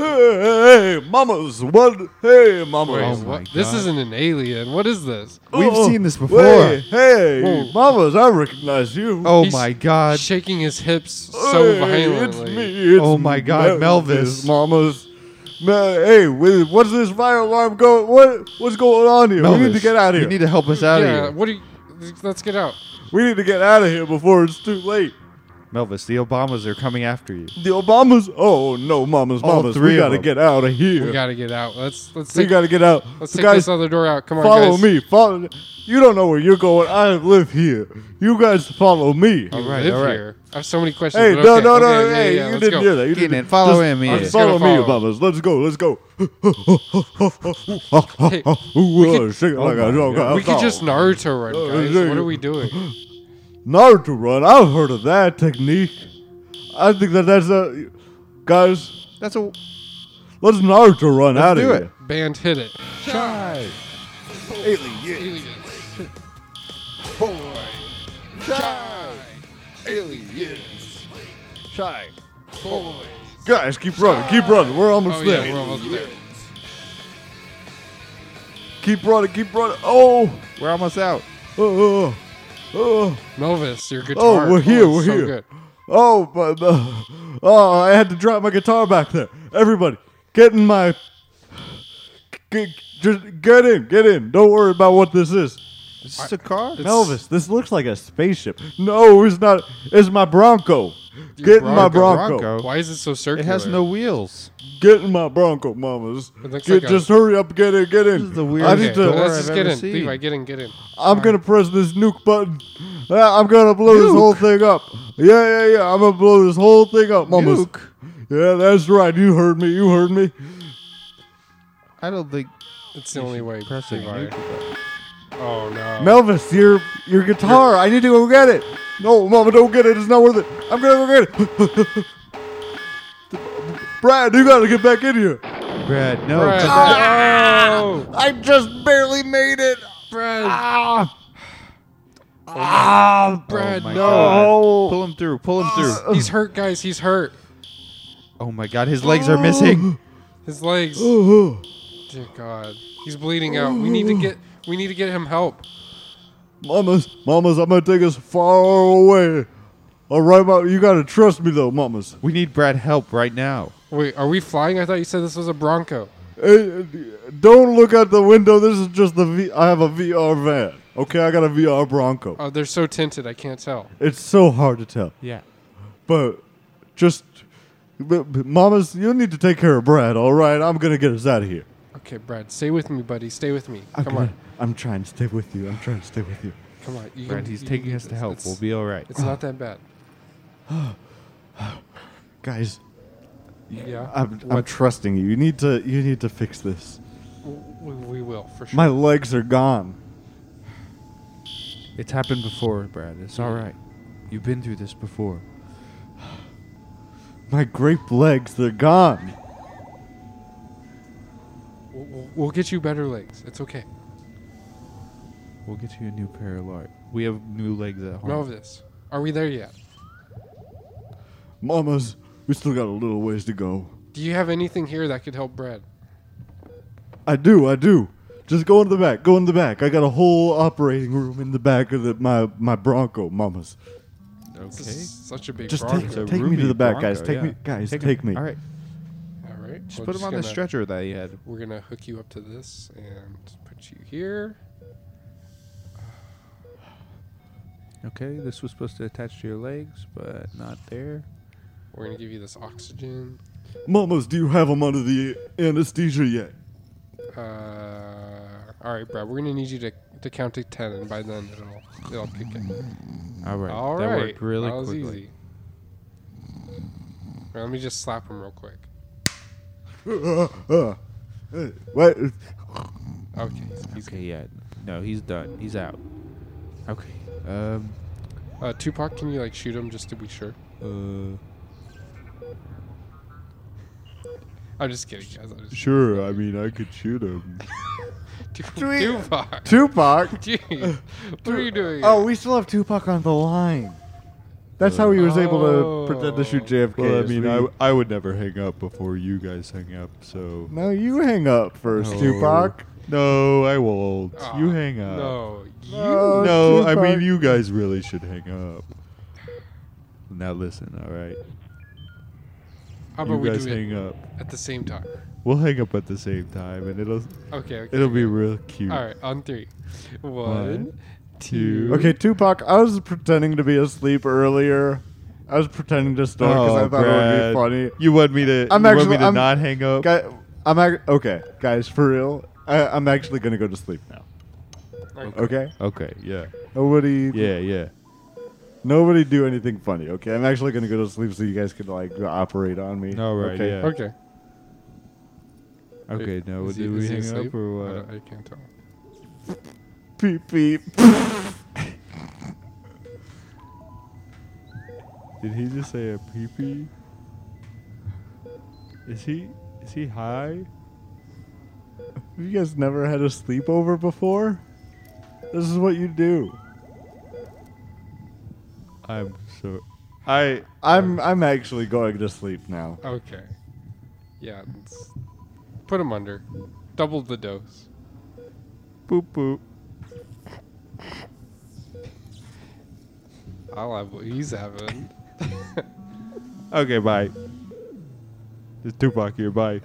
A: Oh, hey, hey, mamas, what? Hey,
C: Wait,
D: Oh
A: mamas.
D: my
C: what? This
D: God.
C: isn't an alien. What is this?
D: We've seen this before.
A: Hey, hey, mamas, I recognize you.
D: Oh
C: He's
D: my god.
C: Shaking his hips so
A: Hey,
C: violently.
A: It's me. It's
D: Oh my God, Melvis.
A: mamas. Ma- hey, wh- what's this fire alarm going? What what's going on here? We need to
D: Elvis,
A: get out of
D: You
A: here.
D: need to help us out
C: yeah.
D: of here.
C: What are you? Let's get out.
A: we need to get out of here before it's too late.
D: Melvis, the Obamas are coming after you.
A: The Obamas? Oh no, mamas,
D: All
A: mamas.
D: three
A: we
D: of
A: gotta
D: them.
A: get out of here.
C: We gotta get out. Let's let's
A: We
C: take,
A: gotta get out.
C: let's
A: So
C: take
A: guys,
C: this other door out. Come on,
A: follow
C: guys.
A: me. Follow. You don't know where you're going. I live here. You guys follow me.
C: I
D: right,
C: live
D: all right.
C: here. I have so many questions.
A: Hey,
C: but
A: no,
C: okay,
A: no, no,
C: okay, yeah,
A: hey,
C: yeah,
A: you
C: let's
A: didn't
C: go.
A: hear that. You
D: Keenan,
A: didn't
D: follow
A: just-
D: him in.
A: just
C: Just
A: follow
C: gotta
A: me,
C: follow
A: Bubba's. Let's go, let's go.
C: Hey,
A: Ooh, uh, Shake it like a dog.
C: We could just Naruto run,
A: Oh,
C: guys. What are we doing?
A: Naruto run. I've heard of that technique. I think that that's a guys.
D: That's a
A: Let's Naruto run out
D: do
A: of
D: it.
A: here.
C: Band hit it.
B: Alien.
C: Alien.
B: Boy.
C: Shy.
B: Alien.
A: Shy.
C: Boy.
A: Guys, keep running, keep running. We're almost
C: Oh
A: there.
C: yeah, we're almost there.
A: Keep running, keep running. Oh,
D: we're almost out.
A: oh, oh.
C: Melvis, your guitar.
A: Oh, we're here,
C: Oh, it's
A: we're
C: so
A: here.
C: good.
A: Oh, but uh, oh, I had to drop my guitar back there. Everybody, get in my. Get, just get in, get in. Don't worry about what this is.
D: Is this a car?
C: It's-
A: Elvis, this looks like a spaceship. No, it's not. It's my Bronco.
C: Your
A: Get in my
C: Bronco.
A: Bronco.
D: Bronco.
C: Why is it so circular?
D: It has no wheels.
A: Get in my Bronco, mamas.
C: It looks
A: Get,
C: like a-
A: just hurry up, get in, get in.
D: is the weirdest
A: I
C: Okay,
A: need to.
D: door
C: let's just
D: I've
C: get
D: ever
C: in.
D: seen.
C: Levi, get in, get in.
A: I'm gonna press this nuke button. Uh, I'm gonna blow this
D: Nuke?
A: whole thing up. Yeah, yeah, yeah. I'm gonna blow this whole thing up, mamas.
D: Nuke?
A: Yeah, that's right. You heard me. You heard me.
G: I don't think.
C: It's the only way.
D: Press it.
C: Levi. Oh no.
A: Melvis, your your guitar. I need to go get it. No, Mama, don't get it. It's not worth it. I'm gonna go get it. Brad, you gotta get back in here.
D: Brad, no.
C: Brad.
D: come back.
C: Oh,
B: I just barely made it.
C: Brad.
B: Ah,
C: Brad,
D: oh my
C: no.
D: God. Pull him through. Pull him through.
C: He's hurt, guys. He's hurt.
D: Oh my God, his legs are missing.
C: His legs. Dear God. He's bleeding out. We need to get. We need to get him help.
A: Mamas, mamas, I'm gonna take us far away. All right, Ma- you gotta trust me though, mamas.
D: We need Brad help right now.
C: Wait, are we flying? I thought you said this was a Bronco.
A: Hey, Eh, don't look out the window. This is just the v- I have a VR van. Okay, I got a VR Bronco.
C: Oh, they're so tinted. I can't tell.
A: It's so hard to tell.
D: Yeah.
A: But just, but, but mamas, you need to take care of Brad. All right, I'm gonna get us out of here.
C: Okay, Brad, stay with me, buddy. Stay with me.
A: I'm
C: Come
A: gonna-
C: on,
A: I'm trying to stay with you. I'm trying to stay with you.
C: come on. You
D: Brad,
C: can-
D: he's
C: you
D: taking
C: can do
D: us to
C: this.
D: help.
C: It's-
D: We'll be all right.
C: It's not that bad.
A: Guys,
C: Yeah,
A: I'm, I'm
C: What?
A: trusting you. You need to you need to fix this.
C: we, we will for sure.
A: My legs are gone.
D: It's happened before, Brad. It's all right. You've been through this before.
A: My grape legs, they're gone.
C: We'll- we'll, we'll get you better legs. It's okay.
D: We'll get you a new pair of lark. We have new legs at home.
C: Melvis, are we there yet?
A: Mamas, we still got a little ways to go.
C: Do you have anything here that could help Brad?
A: I do, I do. Just go in the back. Go in the back. I got a whole operating room in the back of the, my my Bronco, mamas.
C: This
D: Okay.
C: is such a big
A: Just
C: Bronco.
A: take-
D: It's a
A: me to
D: Ruby
A: the back, guys.
D: Bronco,
A: Take me- guys, take me.
D: All right.
C: All right,
D: Just
C: we're
D: put him on the
C: gonna-
D: stretcher that he had.
C: We're gonna hook you up to this and put you here.
D: Okay, this was supposed to attach to your legs, but not there.
C: We're gonna give you this oxygen.
A: Mamas, do you have them under the anesthesia yet?
C: Uh, all right, Brad, we're gonna need you to, to count to ten, and by then it'll it'll kick in.
D: All Mm, right.
C: All right,
D: that worked really
C: that was
D: quickly.
C: easy. All right, let me just slap him real quick.
A: Uh, uh, uh, what?
C: Okay, he's
D: Okay, yeah. No, he's done. He's out. Okay. Um.
C: Uh, Tupac, can you like shoot him just to be sure?
D: Uh.
C: I'm just kidding, guys. I'm just
A: Sure, I mean, I could shoot him.
C: Tu-
A: we-
C: Tupac.
A: Tupac?
C: Jeez, what are you doing?
A: Oh, we still have Tupac on the line. That's how he was able to pretend to shoot
C: Oh.
A: JFK.
I: Well, I
A: is
I: mean,
A: we-
I: I, I would never hang up before you guys hang up, so.
A: no, you hang up first,
I: No.
A: Tupac.
I: No, I won't.
C: Ah,
I: you hang up.
C: No, you.
A: No.
I: No, I
A: Tupac.
I: mean, you guys really should hang up.
D: Now listen. All right.
C: How about
I: You
C: we
I: guys
C: do it
I: hang up.
C: at the same time?
I: We'll hang up at the same time, and it'll
C: Okay. okay.
I: it'll be real cute.
C: All right, on three. One, two.
I: two.
A: Okay, Tupac, I was pretending to be asleep earlier. I was pretending to snore because I
I: Oh,
A: thought
I: Brad.
A: it would be funny.
I: You want me to?
A: I'm
I: you
A: actually-
I: want me to
A: I'm-
I: not hang up?
A: Guy, I'm ac- okay, guys, for real. I, I'm actually gonna go to sleep now.
C: Okay.
A: Okay,
D: Okay.
I: yeah,
A: nobody,
I: yeah, yeah.
A: nobody do anything funny. Okay, I'm actually gonna go to sleep so you guys can like operate on me.
D: All right,
A: Okay?
D: yeah.
C: Okay.
D: Okay. Now
C: Is he-
D: do we
C: is he
D: hang
C: asleep?
D: up or
C: I
D: what?
C: don't- I, can't tell.
A: Beep beep.
I: Did he just say a pee pee? Is he is he high?
A: Have you guys never had a sleepover before? This is what you do.
I: I'm so. I
A: I'm I'm actually going to sleep now.
C: Okay. Yeah. let's put him under. Double the dose.
I: boop boop.
C: I'll have what he's having.
I: Okay, bye. There's Tupac here. Bye.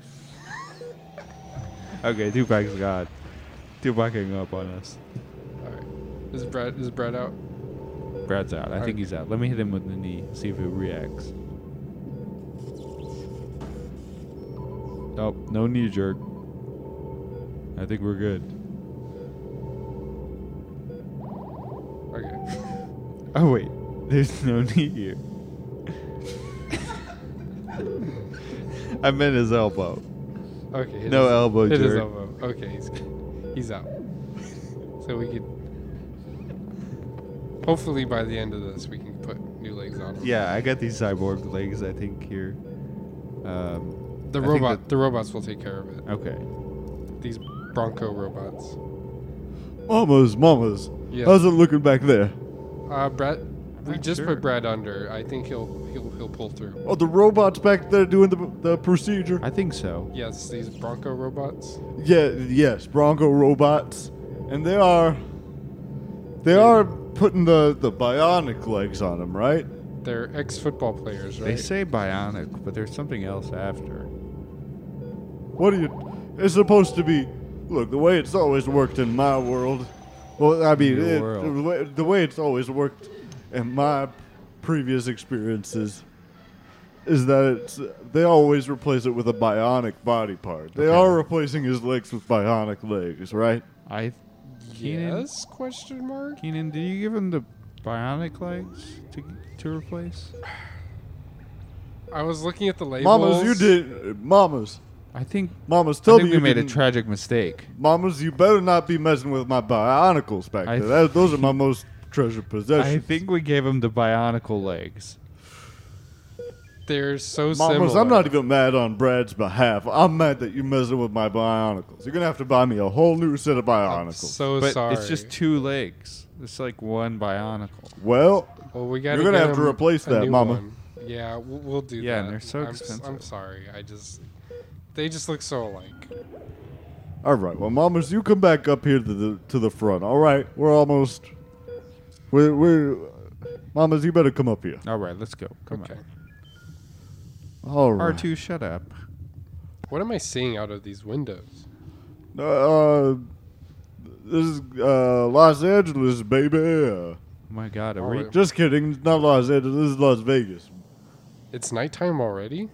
I: okay, Tupac's gone. Tupac hang up on us.
C: All right. Is Brad is Brad out?
D: Brad's out. I
C: Alright.
D: think he's out. Let me hit him with the knee. See if he reacts. Oh,
I: Nope, no knee jerk. I think we're good.
C: Okay.
I: Oh wait, there's no knee here.
D: I meant his elbow.
C: Okay. hit
D: No
C: his-
D: elbow
C: Hit his
D: jerk.
C: elbow. Okay, he's he's out. so we could. Hopefully, by the end of this, we can put new legs on him.
D: Yeah, I got these cyborg legs. I think here. Um,
C: The
D: I think
C: robot,
D: that-
C: the robots will take care of it.
D: okay.
C: These Bronco robots.
A: Mamas, mamas.
C: Yeah.
A: How's it looking back there?
C: Uh, Brad, we
D: not
C: just
D: sure.
C: put Brad under. I think he'll he'll he'll pull through.
A: Oh, the robot's back there doing the, the procedure.
D: I think so.
C: Yes, these Bronco robots.
A: Yeah, yes, Bronco robots, and they are they are putting the the bionic legs on them, right?
C: They're ex-football players, right?
D: They say bionic, but there's something else after.
A: What are you? It's supposed to be. Look, the way it's always worked in my world. Well, I mean,
D: Your
A: it,
D: world.
A: the way- the way it's always worked in my previous experiences is that it's they always replace it with a bionic body part. They
D: Okay.
A: are replacing his legs with bionic legs, right?
D: I Keenan-
C: yes? Question mark.
D: Keenan, do you give him the bionic legs to to replace?
C: I was looking at the labels.
A: Mamas, you did. Mamas,
D: I think.
A: mamas, tell
D: I
A: me
D: think we
A: you
D: made a
A: didn't-
D: tragic mistake.
A: Mamas, you better not be messing with my bionicles back
D: I
A: there. That, those are my most treasured
D: I
A: possessions.
D: think we gave him the bionical legs.
C: They're so uh,
A: Mamas,
C: similar.
A: I'm not even mad on Brad's behalf. I'm mad that you're messing with my bionicles. You're gonna have to buy me a whole new set of
C: I'm
A: bionicles.
C: so
D: But
C: Oh, sorry.
D: it's just two legs. It's like one bionical.
A: well,
C: Well, we got.
A: You're gonna have to replace that, Mama.
C: Yeah, we'll, we'll do that.
D: Yeah, and they're so
C: I'm s- I'm
D: expensive.
C: sorry. I just, they just look so alike.
A: all right. Well, Mamas, you come back up here to the to the front. All right, we're almost. We're, we're Mamas, you better come up here.
D: All right, let's go. Come
C: Okay.
D: on.
A: All right.
D: R2, shut up.
C: What am I seeing out of these windows?
A: Uh, this is uh, Los Angeles, baby.
D: Oh my God, are
C: All
D: we?
C: right.
A: Just kidding. It's not Los Angeles. This is Las Vegas.
C: It's nighttime already.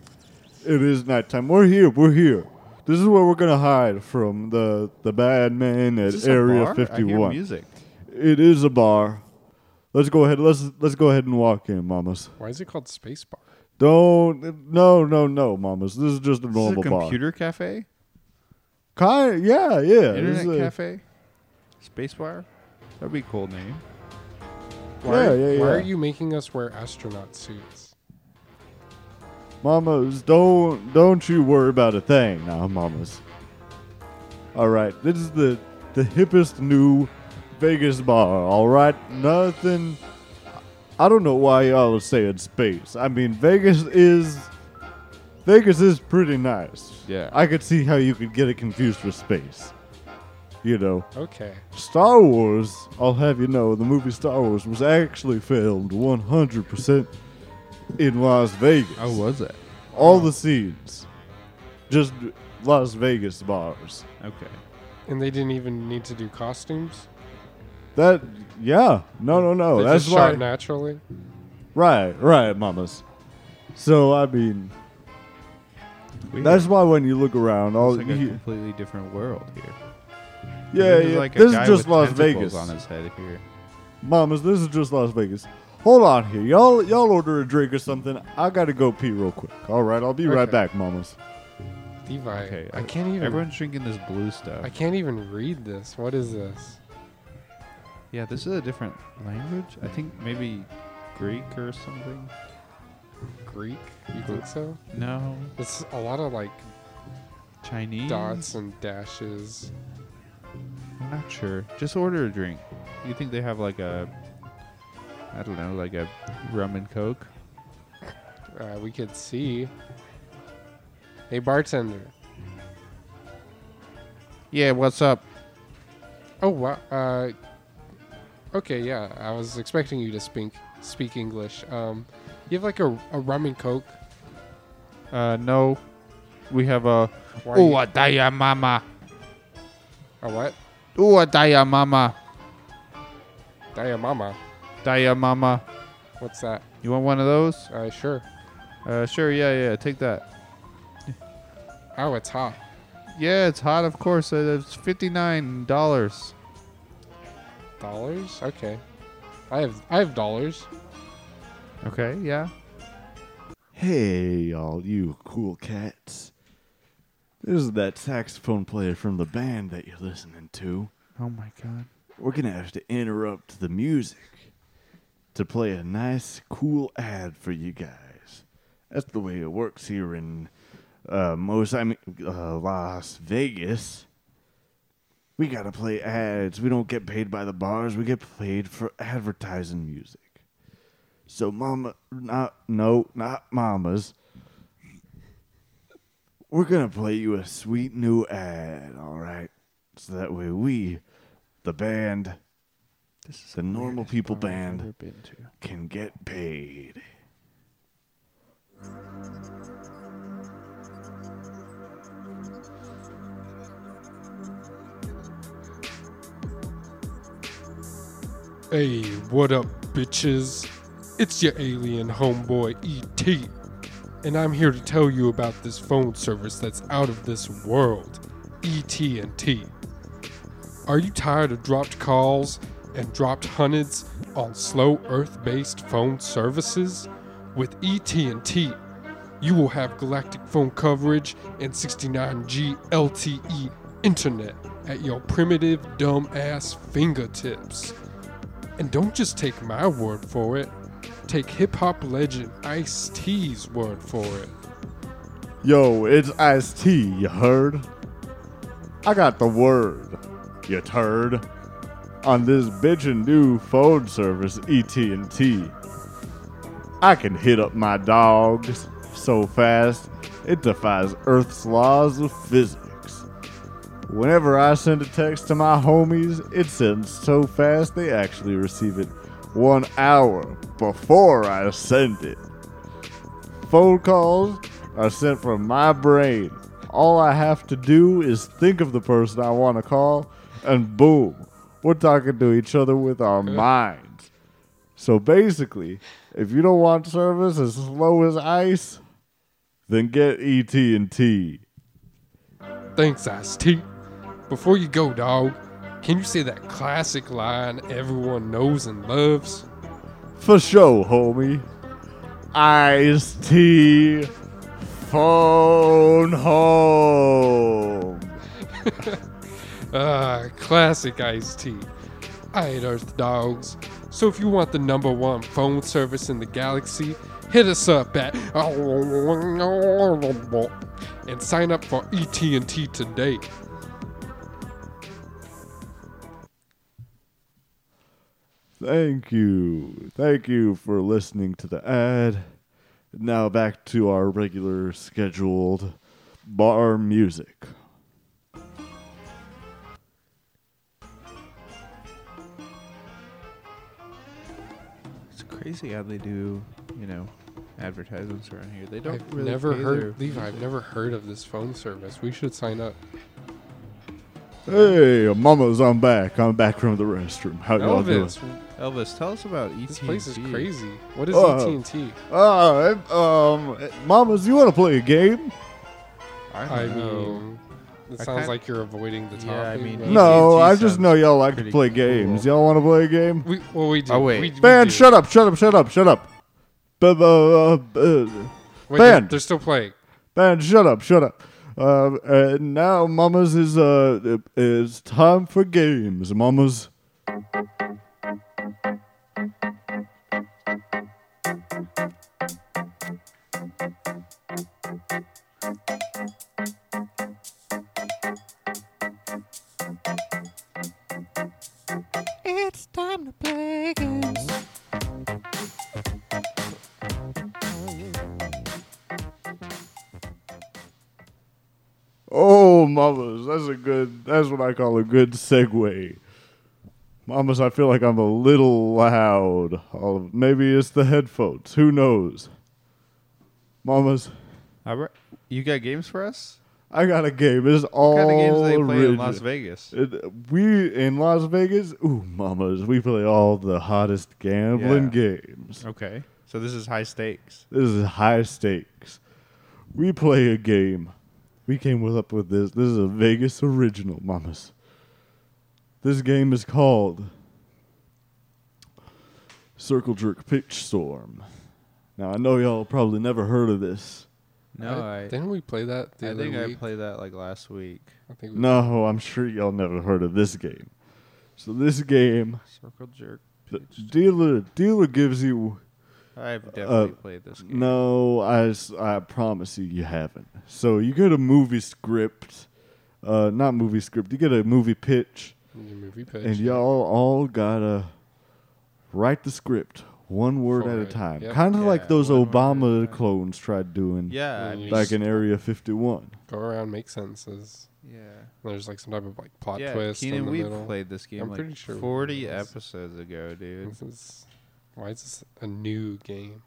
A: It is nighttime. We're here. We're here. This is where we're gonna hide from the the bad man at
D: Is this a
A: Area
D: bar? I hear
A: 51.
D: music.
A: It is a bar. Let's go ahead. Let's let's go ahead and walk in, mamas.
C: Why is it called Space Bar?
A: Don't no no no, mamas. This is just a
D: Is this
A: normal
D: a
A: bar.
D: computer cafe?
A: Kind yeah yeah. this
D: Internet
A: is a-
D: cafe? Space bar? That'd be a cool name.
C: Why,
A: Yeah, yeah,
C: Why
A: yeah.
C: are you making us wear astronaut suits?
A: Mamas, don't don't you worry about a thing now, mamas. All right, this is the the hippest new Vegas bar. All right, nothing. I don't know why y'all are saying space. I mean, Vegas is Vegas is pretty nice.
D: Yeah.
A: I could see how you could get it confused with space. You know,
C: Okay.
A: Star Wars. I'll have you know, the movie Star Wars was actually filmed 100% in Las Vegas.
D: How was it?
A: All the scenes. Just Las Vegas bars.
D: Okay.
C: And they didn't even need to do costumes.
A: That yeah. No no no.
C: they
A: Oh, That's
C: just shot
A: why
C: naturally.
A: Right, right, mamas. So I mean
D: Weird.
A: that's why when you look around all
D: It's like a
A: you-
D: completely different world here.
A: Yeah,
D: This is
A: yeah.
D: like a
A: this
D: guy
A: is just
D: with
A: Las
D: tentacles
A: Vegas.
D: on his head here.
A: Mamas, this is just Las Vegas. Hold on here. Y'all y'all order a drink or something. I gotta go pee real quick. Alright, I'll be right
C: Okay.
A: back, mamas.
C: Levi.
D: Okay.
C: I can't even.
D: Everyone's drinking this blue stuff.
C: I can't even read this. What is this?
D: yeah, this is a different language. I think maybe Greek or something.
C: Greek? You think so?
D: No,
C: It's a lot of like
D: Chinese.
C: dots and dashes.
D: I'm not sure. Just order a drink. You think they have like a, I don't know, like a rum and coke?
C: Uh, we could see. Hey, bartender.
D: Yeah, what's up?
C: Oh, wow. Uh, okay, yeah. I was expecting you to speak speak English. Um, you have like a, a rum and coke.
D: Uh, no, we have a.
C: Why
D: Oh,
C: you-
D: a daya mama.
C: a what?
D: Oh, a daya mama.
C: Daya mama.
D: Daya mama.
C: What's that?
D: You want one of those?
C: Uh, sure.
D: Uh, sure. Yeah, yeah. Take that.
C: Oh, it's hot.
D: Yeah, it's hot, of course. Uh, it's fifty-nine dollars.
C: Dollars? Okay. I have I have dollars.
D: Okay. Yeah.
A: Hey, all you cool cats. This is that saxophone player from the band that you're listening to.
G: Oh my god.
A: We're going to have to interrupt the music to play a nice, cool ad for you guys. That's the way it works here in uh, most, I mean, uh, Las Vegas. We got to play ads. We don't get paid by the bars, we get paid for advertising music. So, mama, not, no, not mamas. We're going to play you a sweet new ad, all right? So that way we, the band,
G: This is
A: the normal people band,
G: Never been to.
A: can get paid.
C: Hey, what up, bitches? It's your alien homeboy, E.T., and I'm here to tell you about this phone service that's out of this world, E ET&T. Are you tired of dropped calls and dropped hundreds on slow Earth-based phone services? With E ET&T, you will have galactic phone coverage and 69G LTE E internet at your primitive dumbass fingertips. And don't just take my word for it. Take hip hop legend Ice T's word for it.
A: Yo, it's Ice T, you heard? I got the word, you turd, on this bitchin' new phone service, E ET&T. I can hit up my dogs so fast, it defies Earth's laws of physics. Whenever I send a text to my homies, it sends so fast they actually receive it one hour before I send it phone calls are sent from my brain. All I have to do is think of the person I want to call, and boom, we're talking to each other with our minds. So basically, if you don't want service as slow as ice, then get ET and T.
C: Thanks, Ice T. Before you go, dog, can you say that classic line everyone knows and loves?
A: For sure, homie. Ice T. Phone home.
C: Ah, classic Ice T. I hate Earth dogs. So if you want the number one phone service in the galaxy, hit us up at and sign up for E ET&T today.
A: Thank you. Thank you for listening to the ad. Now back to our regular scheduled bar music.
G: It's crazy how they do, you know, advertisements around here. They don't
C: I've
G: really
C: never
G: pay
C: heard
G: their-
C: Levi. I've never heard of this phone service. We should sign up.
A: Hey, mamas, I'm back. I'm back from the restroom. How y'all doing?
C: Elvis,
G: Elvis, tell us about E ET.
C: this place is crazy. What is
A: Oh.
C: AT&T?
A: Uh, um, mamas, you want to play a game?
C: I mean, it
G: I
C: sounds
G: kinda-
C: like you're avoiding the topic.
G: Yeah, I mean,
C: but-
G: ET&T
A: no, I just
G: sounds
A: know y'all like to
G: pretty
A: play games. Y'all want to play a game?
C: we well we do.
G: Oh, wait.
C: we, we
A: Ban,
C: do.
A: shut up, shut up, shut up, shut up. Bu- bu- bu- bu- Ban.
C: Wait, They're, they're still playing.
A: Man, shut up, shut up. Uh, and now, mamas is uh, is time for games, mamas.
J: It's time to play games.
A: Oh, mamas, that's a good. That's what I call a good segue. Mamas, I feel like I'm a little loud. I'll, maybe it's the headphones. Who knows? Mamas,
G: All right. You got games for us?
A: I got a game. It's all
G: What kind of games do they play in
A: original.
G: Las Vegas?
A: It- we in Las Vegas, ooh, mamas, we play all the hottest gambling games.
G: Okay. So this is high stakes.
A: This is high stakes. We play a game. We came with- up with this. This is a Vegas original, mamas. This game is called Circle Jerk Pitch Storm. Now I know y'all probably never heard of this.
D: No,
C: I-
D: I,
C: didn't we play that the
D: I
C: other
D: think I
C: week?
D: played that like last week.
C: I think we
A: No, I'm sure y'all never heard of this game. So this game,
D: Circle jerk.
A: the dealer dealer gives you
D: I've definitely played this game.
A: uh, No, I, s- I promise you, you haven't. So you get a movie script, uh, not movie script. You get a movie pitch,
C: the movie pitch.
A: and y'all all gotta write the script one word
C: For
A: at a
C: it,
A: time,
C: yep.
A: kind of like
D: Yeah,
A: those
D: one word at a
A: Obama
D: time.
A: clones tried doing
D: Yeah, I
C: Mm.
D: mean,
A: back in Area 51.
C: Go around, make sentences.
D: yeah.
C: There's like some type of like plot
D: yeah,
C: twist. in
D: Keenan,
C: the
D: we
C: middle.
D: played this game
C: I'm
D: like
C: pretty sure we
D: 40
C: played this.
D: episodes ago, dude.
C: This is why is this a new game?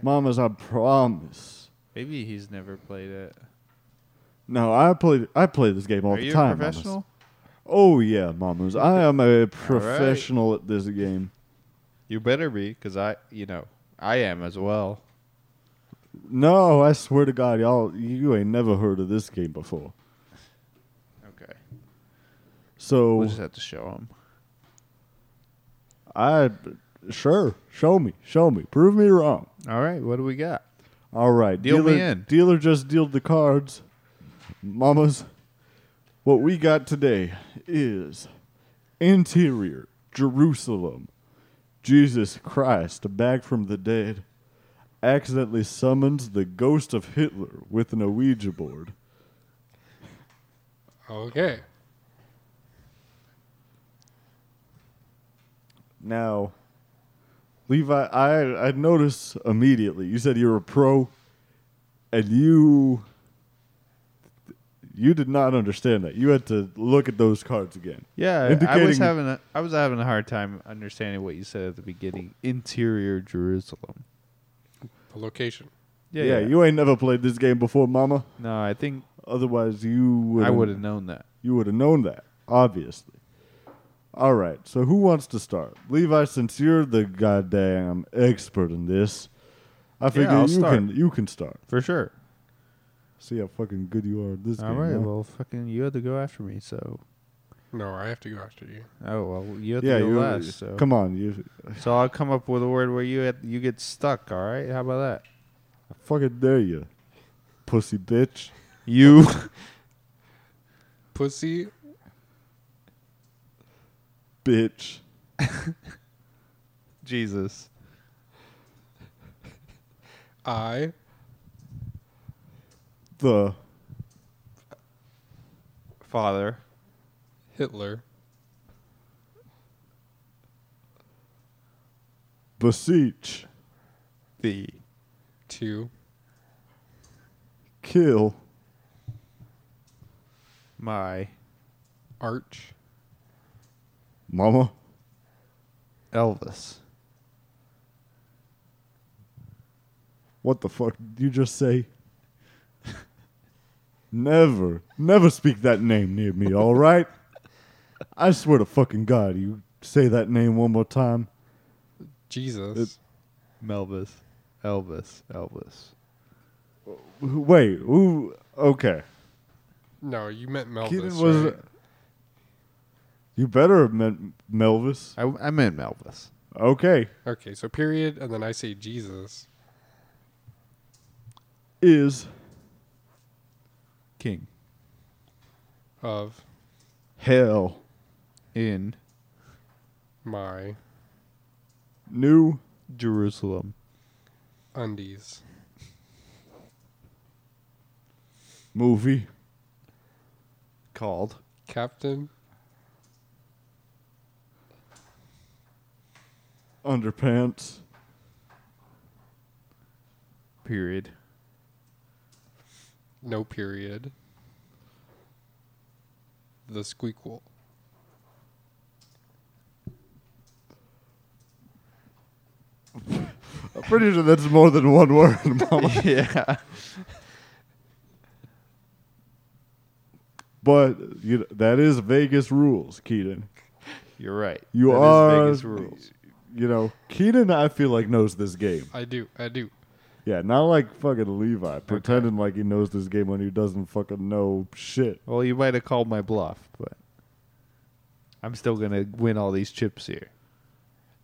A: Mamas, I promise.
D: Maybe he's never played it.
A: No, I play I play this game all
D: Are
A: the
D: you a
A: time. mamas.
D: professional?
A: Oh yeah, mamas. I am a professional at this game.
D: You better be, because I, you know, I am as well.
A: No, I swear to God, y'all, you ain't never heard of this game before.
D: Okay.
A: So
D: We'll just have to show him.
A: I, sure, show me, show me, prove me wrong.
D: All right, what do we got?
A: All right,
D: Deal
A: dealer,
D: me in.
A: Dealer just dealed the cards. Mamas, what we got today is interior Jerusalem. Jesus Christ, a bag from the dead, accidentally summons the ghost of Hitler with an Ouija board.
C: Okay.
A: Now, Levi, I I noticed immediately. You said you were a pro, and you you did not understand that. You had to look at those cards again.
D: Yeah, I- I was
A: Indicating-
D: having a, I was having a hard time understanding what you said at the beginning. Interior Jerusalem.
C: The location.
A: Yeah, you ain't never played this game before, Mama.
D: No, I think
A: Otherwise, you would
D: I would have known that.
A: you would have known that, obviously. All right, so who wants to start, Levi? Since you're the goddamn expert in this, I figure
D: I'll
A: you
D: start.
A: can you can start.
D: For sure.
A: See how fucking good you are at this
D: All
A: game.
D: right,
A: huh?
D: well, fucking, you had to go after me, so.
C: No, I have to go after you.
D: Oh well, you have
A: yeah,
D: to go
A: you
D: last. So.
A: come on, you
D: So I'll come up with a word where you had, you get stuck. All right, how about that?
A: I fucking dare you, pussy bitch.
D: You
C: Pussy.
A: Bitch.
D: Jesus.
C: I.
A: The
D: Father.
C: Hitler.
A: beseech.
D: The.
C: To.
A: Kill.
D: My.
C: Arch.
A: Mama.
D: Elvis.
A: What the fuck did you just say? never. Never speak that name near me, alright? I swear to fucking God, you say that name one more time.
C: Jesus.
D: Melvis. Elvis. Elvis.
A: Wait, who okay.
C: no, you meant Melvis.
A: Keaton was
C: right?
A: You better have meant Melvis.
D: I, I meant Melvis.
A: Okay.
C: Okay, so period, and then I say Jesus.
A: Is
D: King.
C: of
A: hell
D: In.
C: my
A: new
D: Jerusalem.
C: undies.
A: movie
D: Called.
C: Captain
A: underpants
D: Period.
C: No Period. The Squeakquel.
A: I'm pretty sure that's more than one word, Mama.
D: yeah.
A: But you know, that is Vegas rules, Keaton.
D: You're right.
A: You
D: That
A: are
D: is Vegas rules.
A: You know, Keaton. I feel like knows this game.
C: I do, I do.
A: Yeah, not like fucking Levi pretending like he knows this game when he doesn't fucking know shit.
D: Well, you might have called my bluff, but I'm still gonna win all these chips here.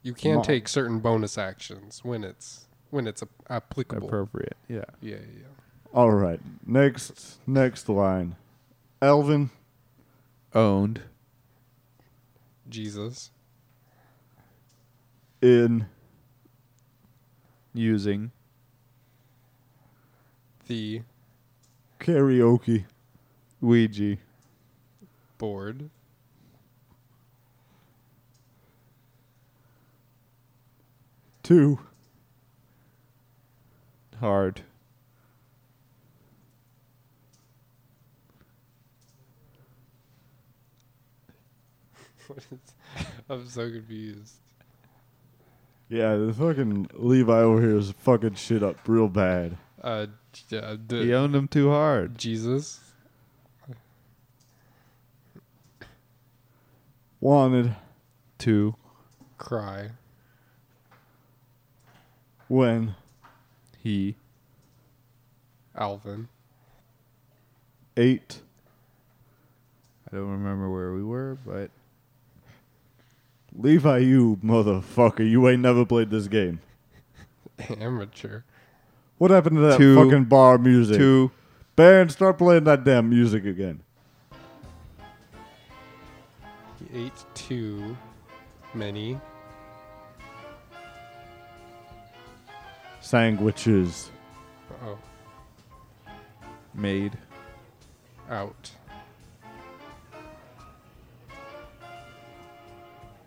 C: You can
A: Ma-
C: take certain bonus actions when it's when it's a- applicable.
D: appropriate. Yeah.
C: yeah, yeah.
A: All right. Next next line. Elvin,
D: Owned.
C: Jesus.
A: in
D: Using.
C: The
A: karaoke.
D: Ouija.
C: board.
A: Two.
D: Hard.
C: What is- I'm so confused.
A: Yeah, the fucking Levi over here is fucking shit up real bad.
C: Uh, j- uh, d-
D: He owned them too hard.
C: Jesus.
A: Wanted
D: Two.
C: Cry.
A: when
D: He.
C: Alvin.
A: eight
D: I don't remember where we were, but
A: Levi, you motherfucker, you ain't never played this game.
C: Amateur.
A: What happened to that
D: Two.
A: fucking bar music?
D: two.
A: Band, start playing that damn music again.
C: He ate too many
A: Sandwiches.
C: oh,
D: Made.
C: out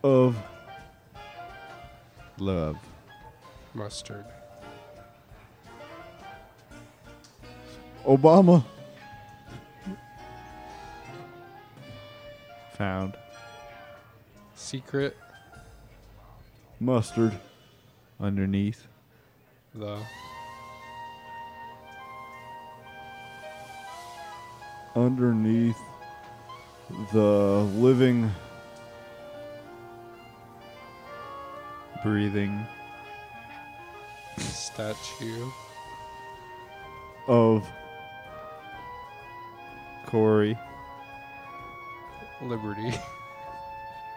A: Of
D: Love.
C: mustard.
A: Obama
D: Found.
C: Secret
A: mustard.
D: Underneath.
C: the
A: underneath the living
D: Breathing.
C: statue
A: of
D: Corey.
C: liberty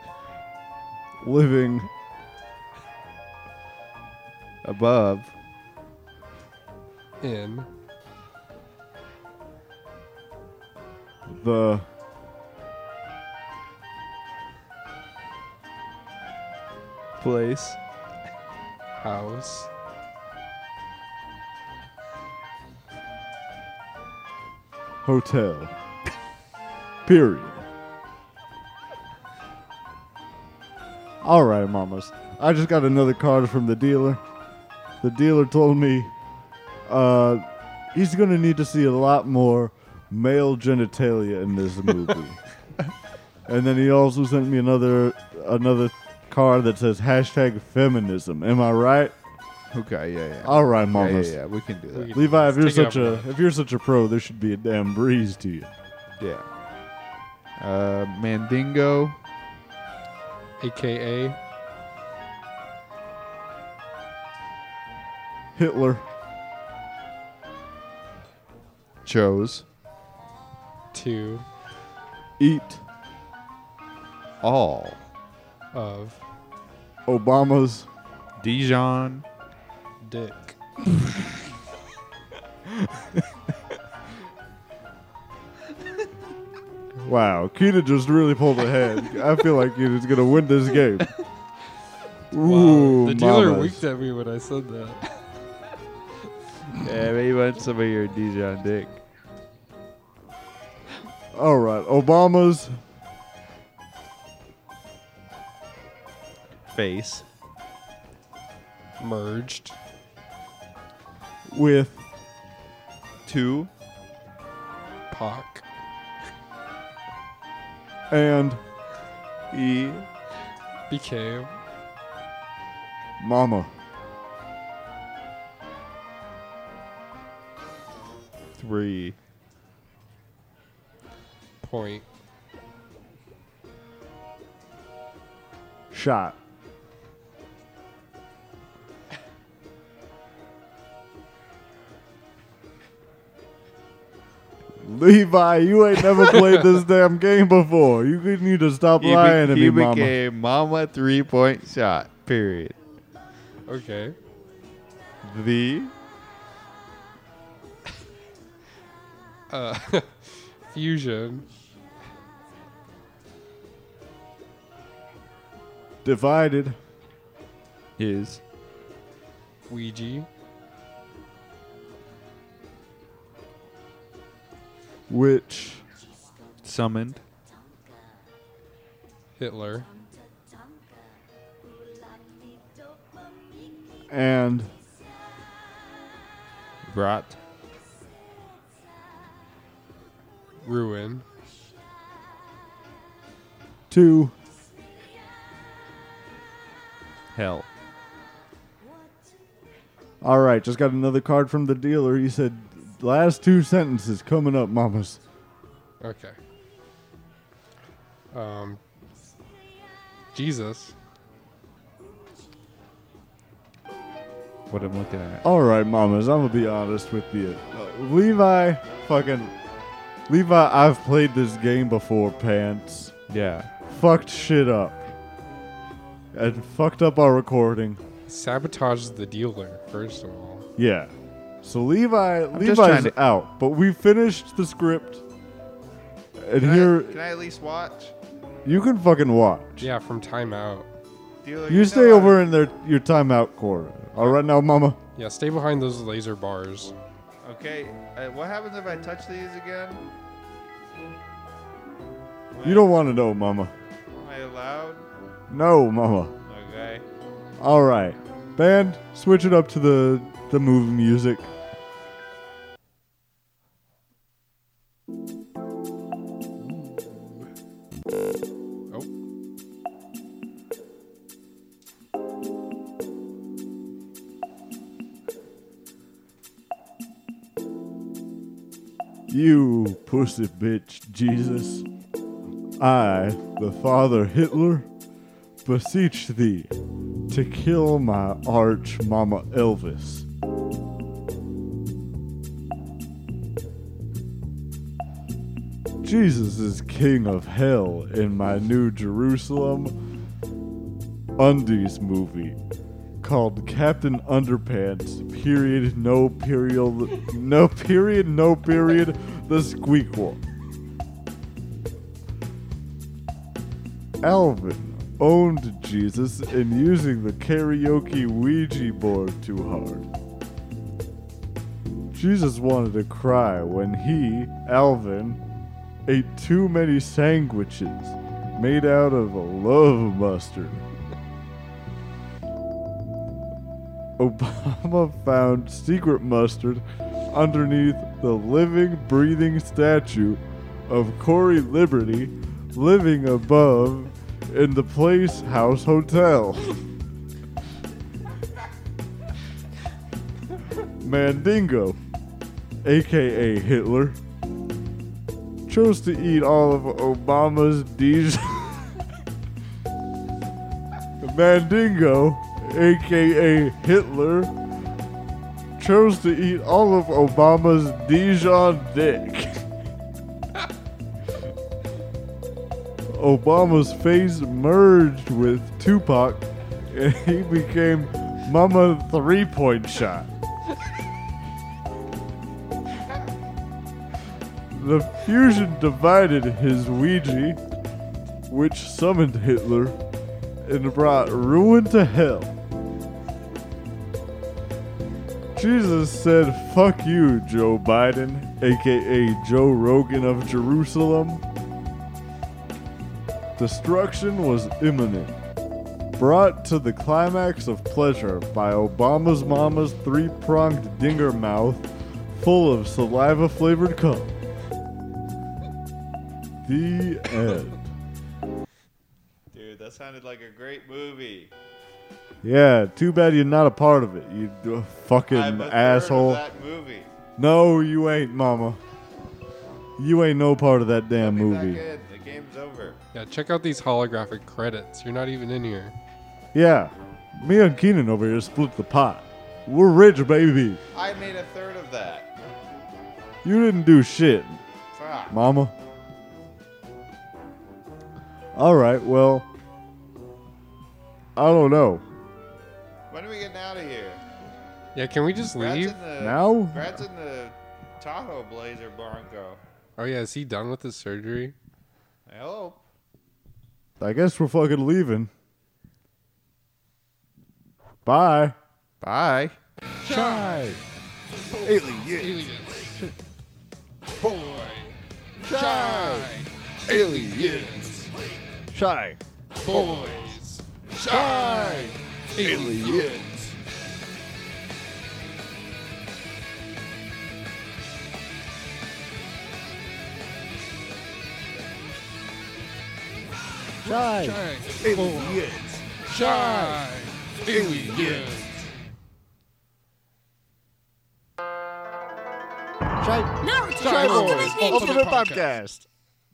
A: living
D: Above.
C: in
A: the
D: Place.
C: house
A: hotel. Period. All right, mamas. I just got another card from the dealer. The dealer told me uh, he's going to need to see a lot more male genitalia in this movie. and then he also sent me another another card that says hashtag feminism. Am I right?
D: Okay, yeah, yeah.
A: All right,
D: yeah, yeah,
A: mamas.
D: yeah, we can do
C: We
D: that.
C: can-
A: Levi, if you're
C: Let's take it
A: such a
C: up a
A: if you're such a pro, there should be a damn breeze to you.
D: Yeah. Uh, Mandingo.
C: aka
A: Hitler.
D: Chose.
C: two
A: eat
D: All.
C: of
A: Obama's
D: Dijon.
C: dick
A: wow. Keita just really pulled ahead. I feel like Keita's gonna win this game. Ooh,
C: the dealer
A: mamas.
C: winked at me when I said that
D: Yeah, maybe want some of your Dijon dick.
A: All right, Obama's
D: Face.
C: merged
A: with
D: Two.
C: pock
A: and
D: E.
C: became
A: Mama
D: Three.
C: point
A: shot Levi, you ain't never played this damn game before. You need to stop
D: He, be-
A: lying to
D: he
A: me, Mama.
D: became mama. three point shot. Period.
C: okay
A: the
C: Uh, fusion.
A: divided
I: Is
C: Ouija.
A: which
I: summoned
C: Hitler.
A: and
I: brought
C: Ruin.
A: to
I: hell.
A: all right just got another card from the dealer he said last two sentences coming up mamas
C: Okay. Um, Jesus.
I: What I'm looking at.
A: all right mamas i'm gonna be honest with you Uh, levi fucking levi i've played this game before pants
I: Yeah.
A: fucked shit up and fucked up our recording
C: Sabotages the dealer, first of all.
A: Yeah. So Levi,
G: just
A: Levi's
G: trying to-
A: out, but we finished the script, and
G: Can,
A: here
G: I, can I at least watch?
A: you can fucking watch.
C: Yeah, from timeout.
G: Dealer,
A: You stay
G: know
A: over in their your timeout corner. All right, now, Mama.
C: Yeah, stay behind those laser bars.
G: I- Okay. Uh, what happens if I touch these again?
A: You don't want to know, Mama.
G: Am I allowed?
A: No, Mama.
G: Okay.
A: All right, band, switch it up to the the movie music.
C: Oh.
A: You pussy bitch, Jesus. I, the father Hitler, beseech thee to kill my arch mama Elvis. Jesus is king of hell in my new Jerusalem undies movie called Captain Underpants. Period. No period. No period. No period. The Squeak Wolf. Alvin owned Jesus in using the karaoke Ouija board too hard. Jesus wanted to cry when he, Alvin, ate too many sandwiches made out of a love mustard. Obama found secret mustard underneath the living, breathing statue of Corey Liberty living above in the Place House Hotel. Mandingo, aka Hitler, chose to eat all of Obama's diesel. Mandingo, aka Hitler, chose to eat all of Obama's Dijon dick. Obama's face merged with Tupac, and he became Mama Three Point Shot. The fusion divided his Ouija, which summoned Hitler and brought ruin to hell. Jesus said, Fuck you, Joe Biden, aka Joe Rogan of Jerusalem. Destruction was imminent, brought to the climax of pleasure by Obama's mama's three pronged dinger mouth full of saliva flavored cum. The end.
D: Dude, that sounded like a great movie.
A: Yeah, too bad you're not a part of it. You d- uh, fucking asshole.
D: that movie.
A: No, you ain't, mama. You ain't no part of that damn movie.
D: The game's over.
C: Yeah, check out these holographic credits. You're not even in here.
A: Yeah, me and Keenan over here split the pot. We're rich, baby.
D: I made a third of that.
A: You didn't do shit, mama. All right, well, I don't know.
D: When are we getting out of here?
C: Yeah, can we just
D: Brad's
C: leave?
D: in the,
A: Now?
D: Brad's in the Tahoe Blazer Bronco.
C: Oh yeah, is he done with his surgery?
D: Help.
A: I guess we're fucking leaving. Bye.
D: Bye.
C: Chai. Aliens. Boy. Chai. Aliens.
A: Shy.
C: Boys. Chai. Aliens.
A: Shy.
C: Chai. Aliens. Chai. Aliens.
A: Shy.
K: No, it's
A: Shy
K: Ultimate
A: Boys.
K: Ninja.
A: Ultimate Podcast.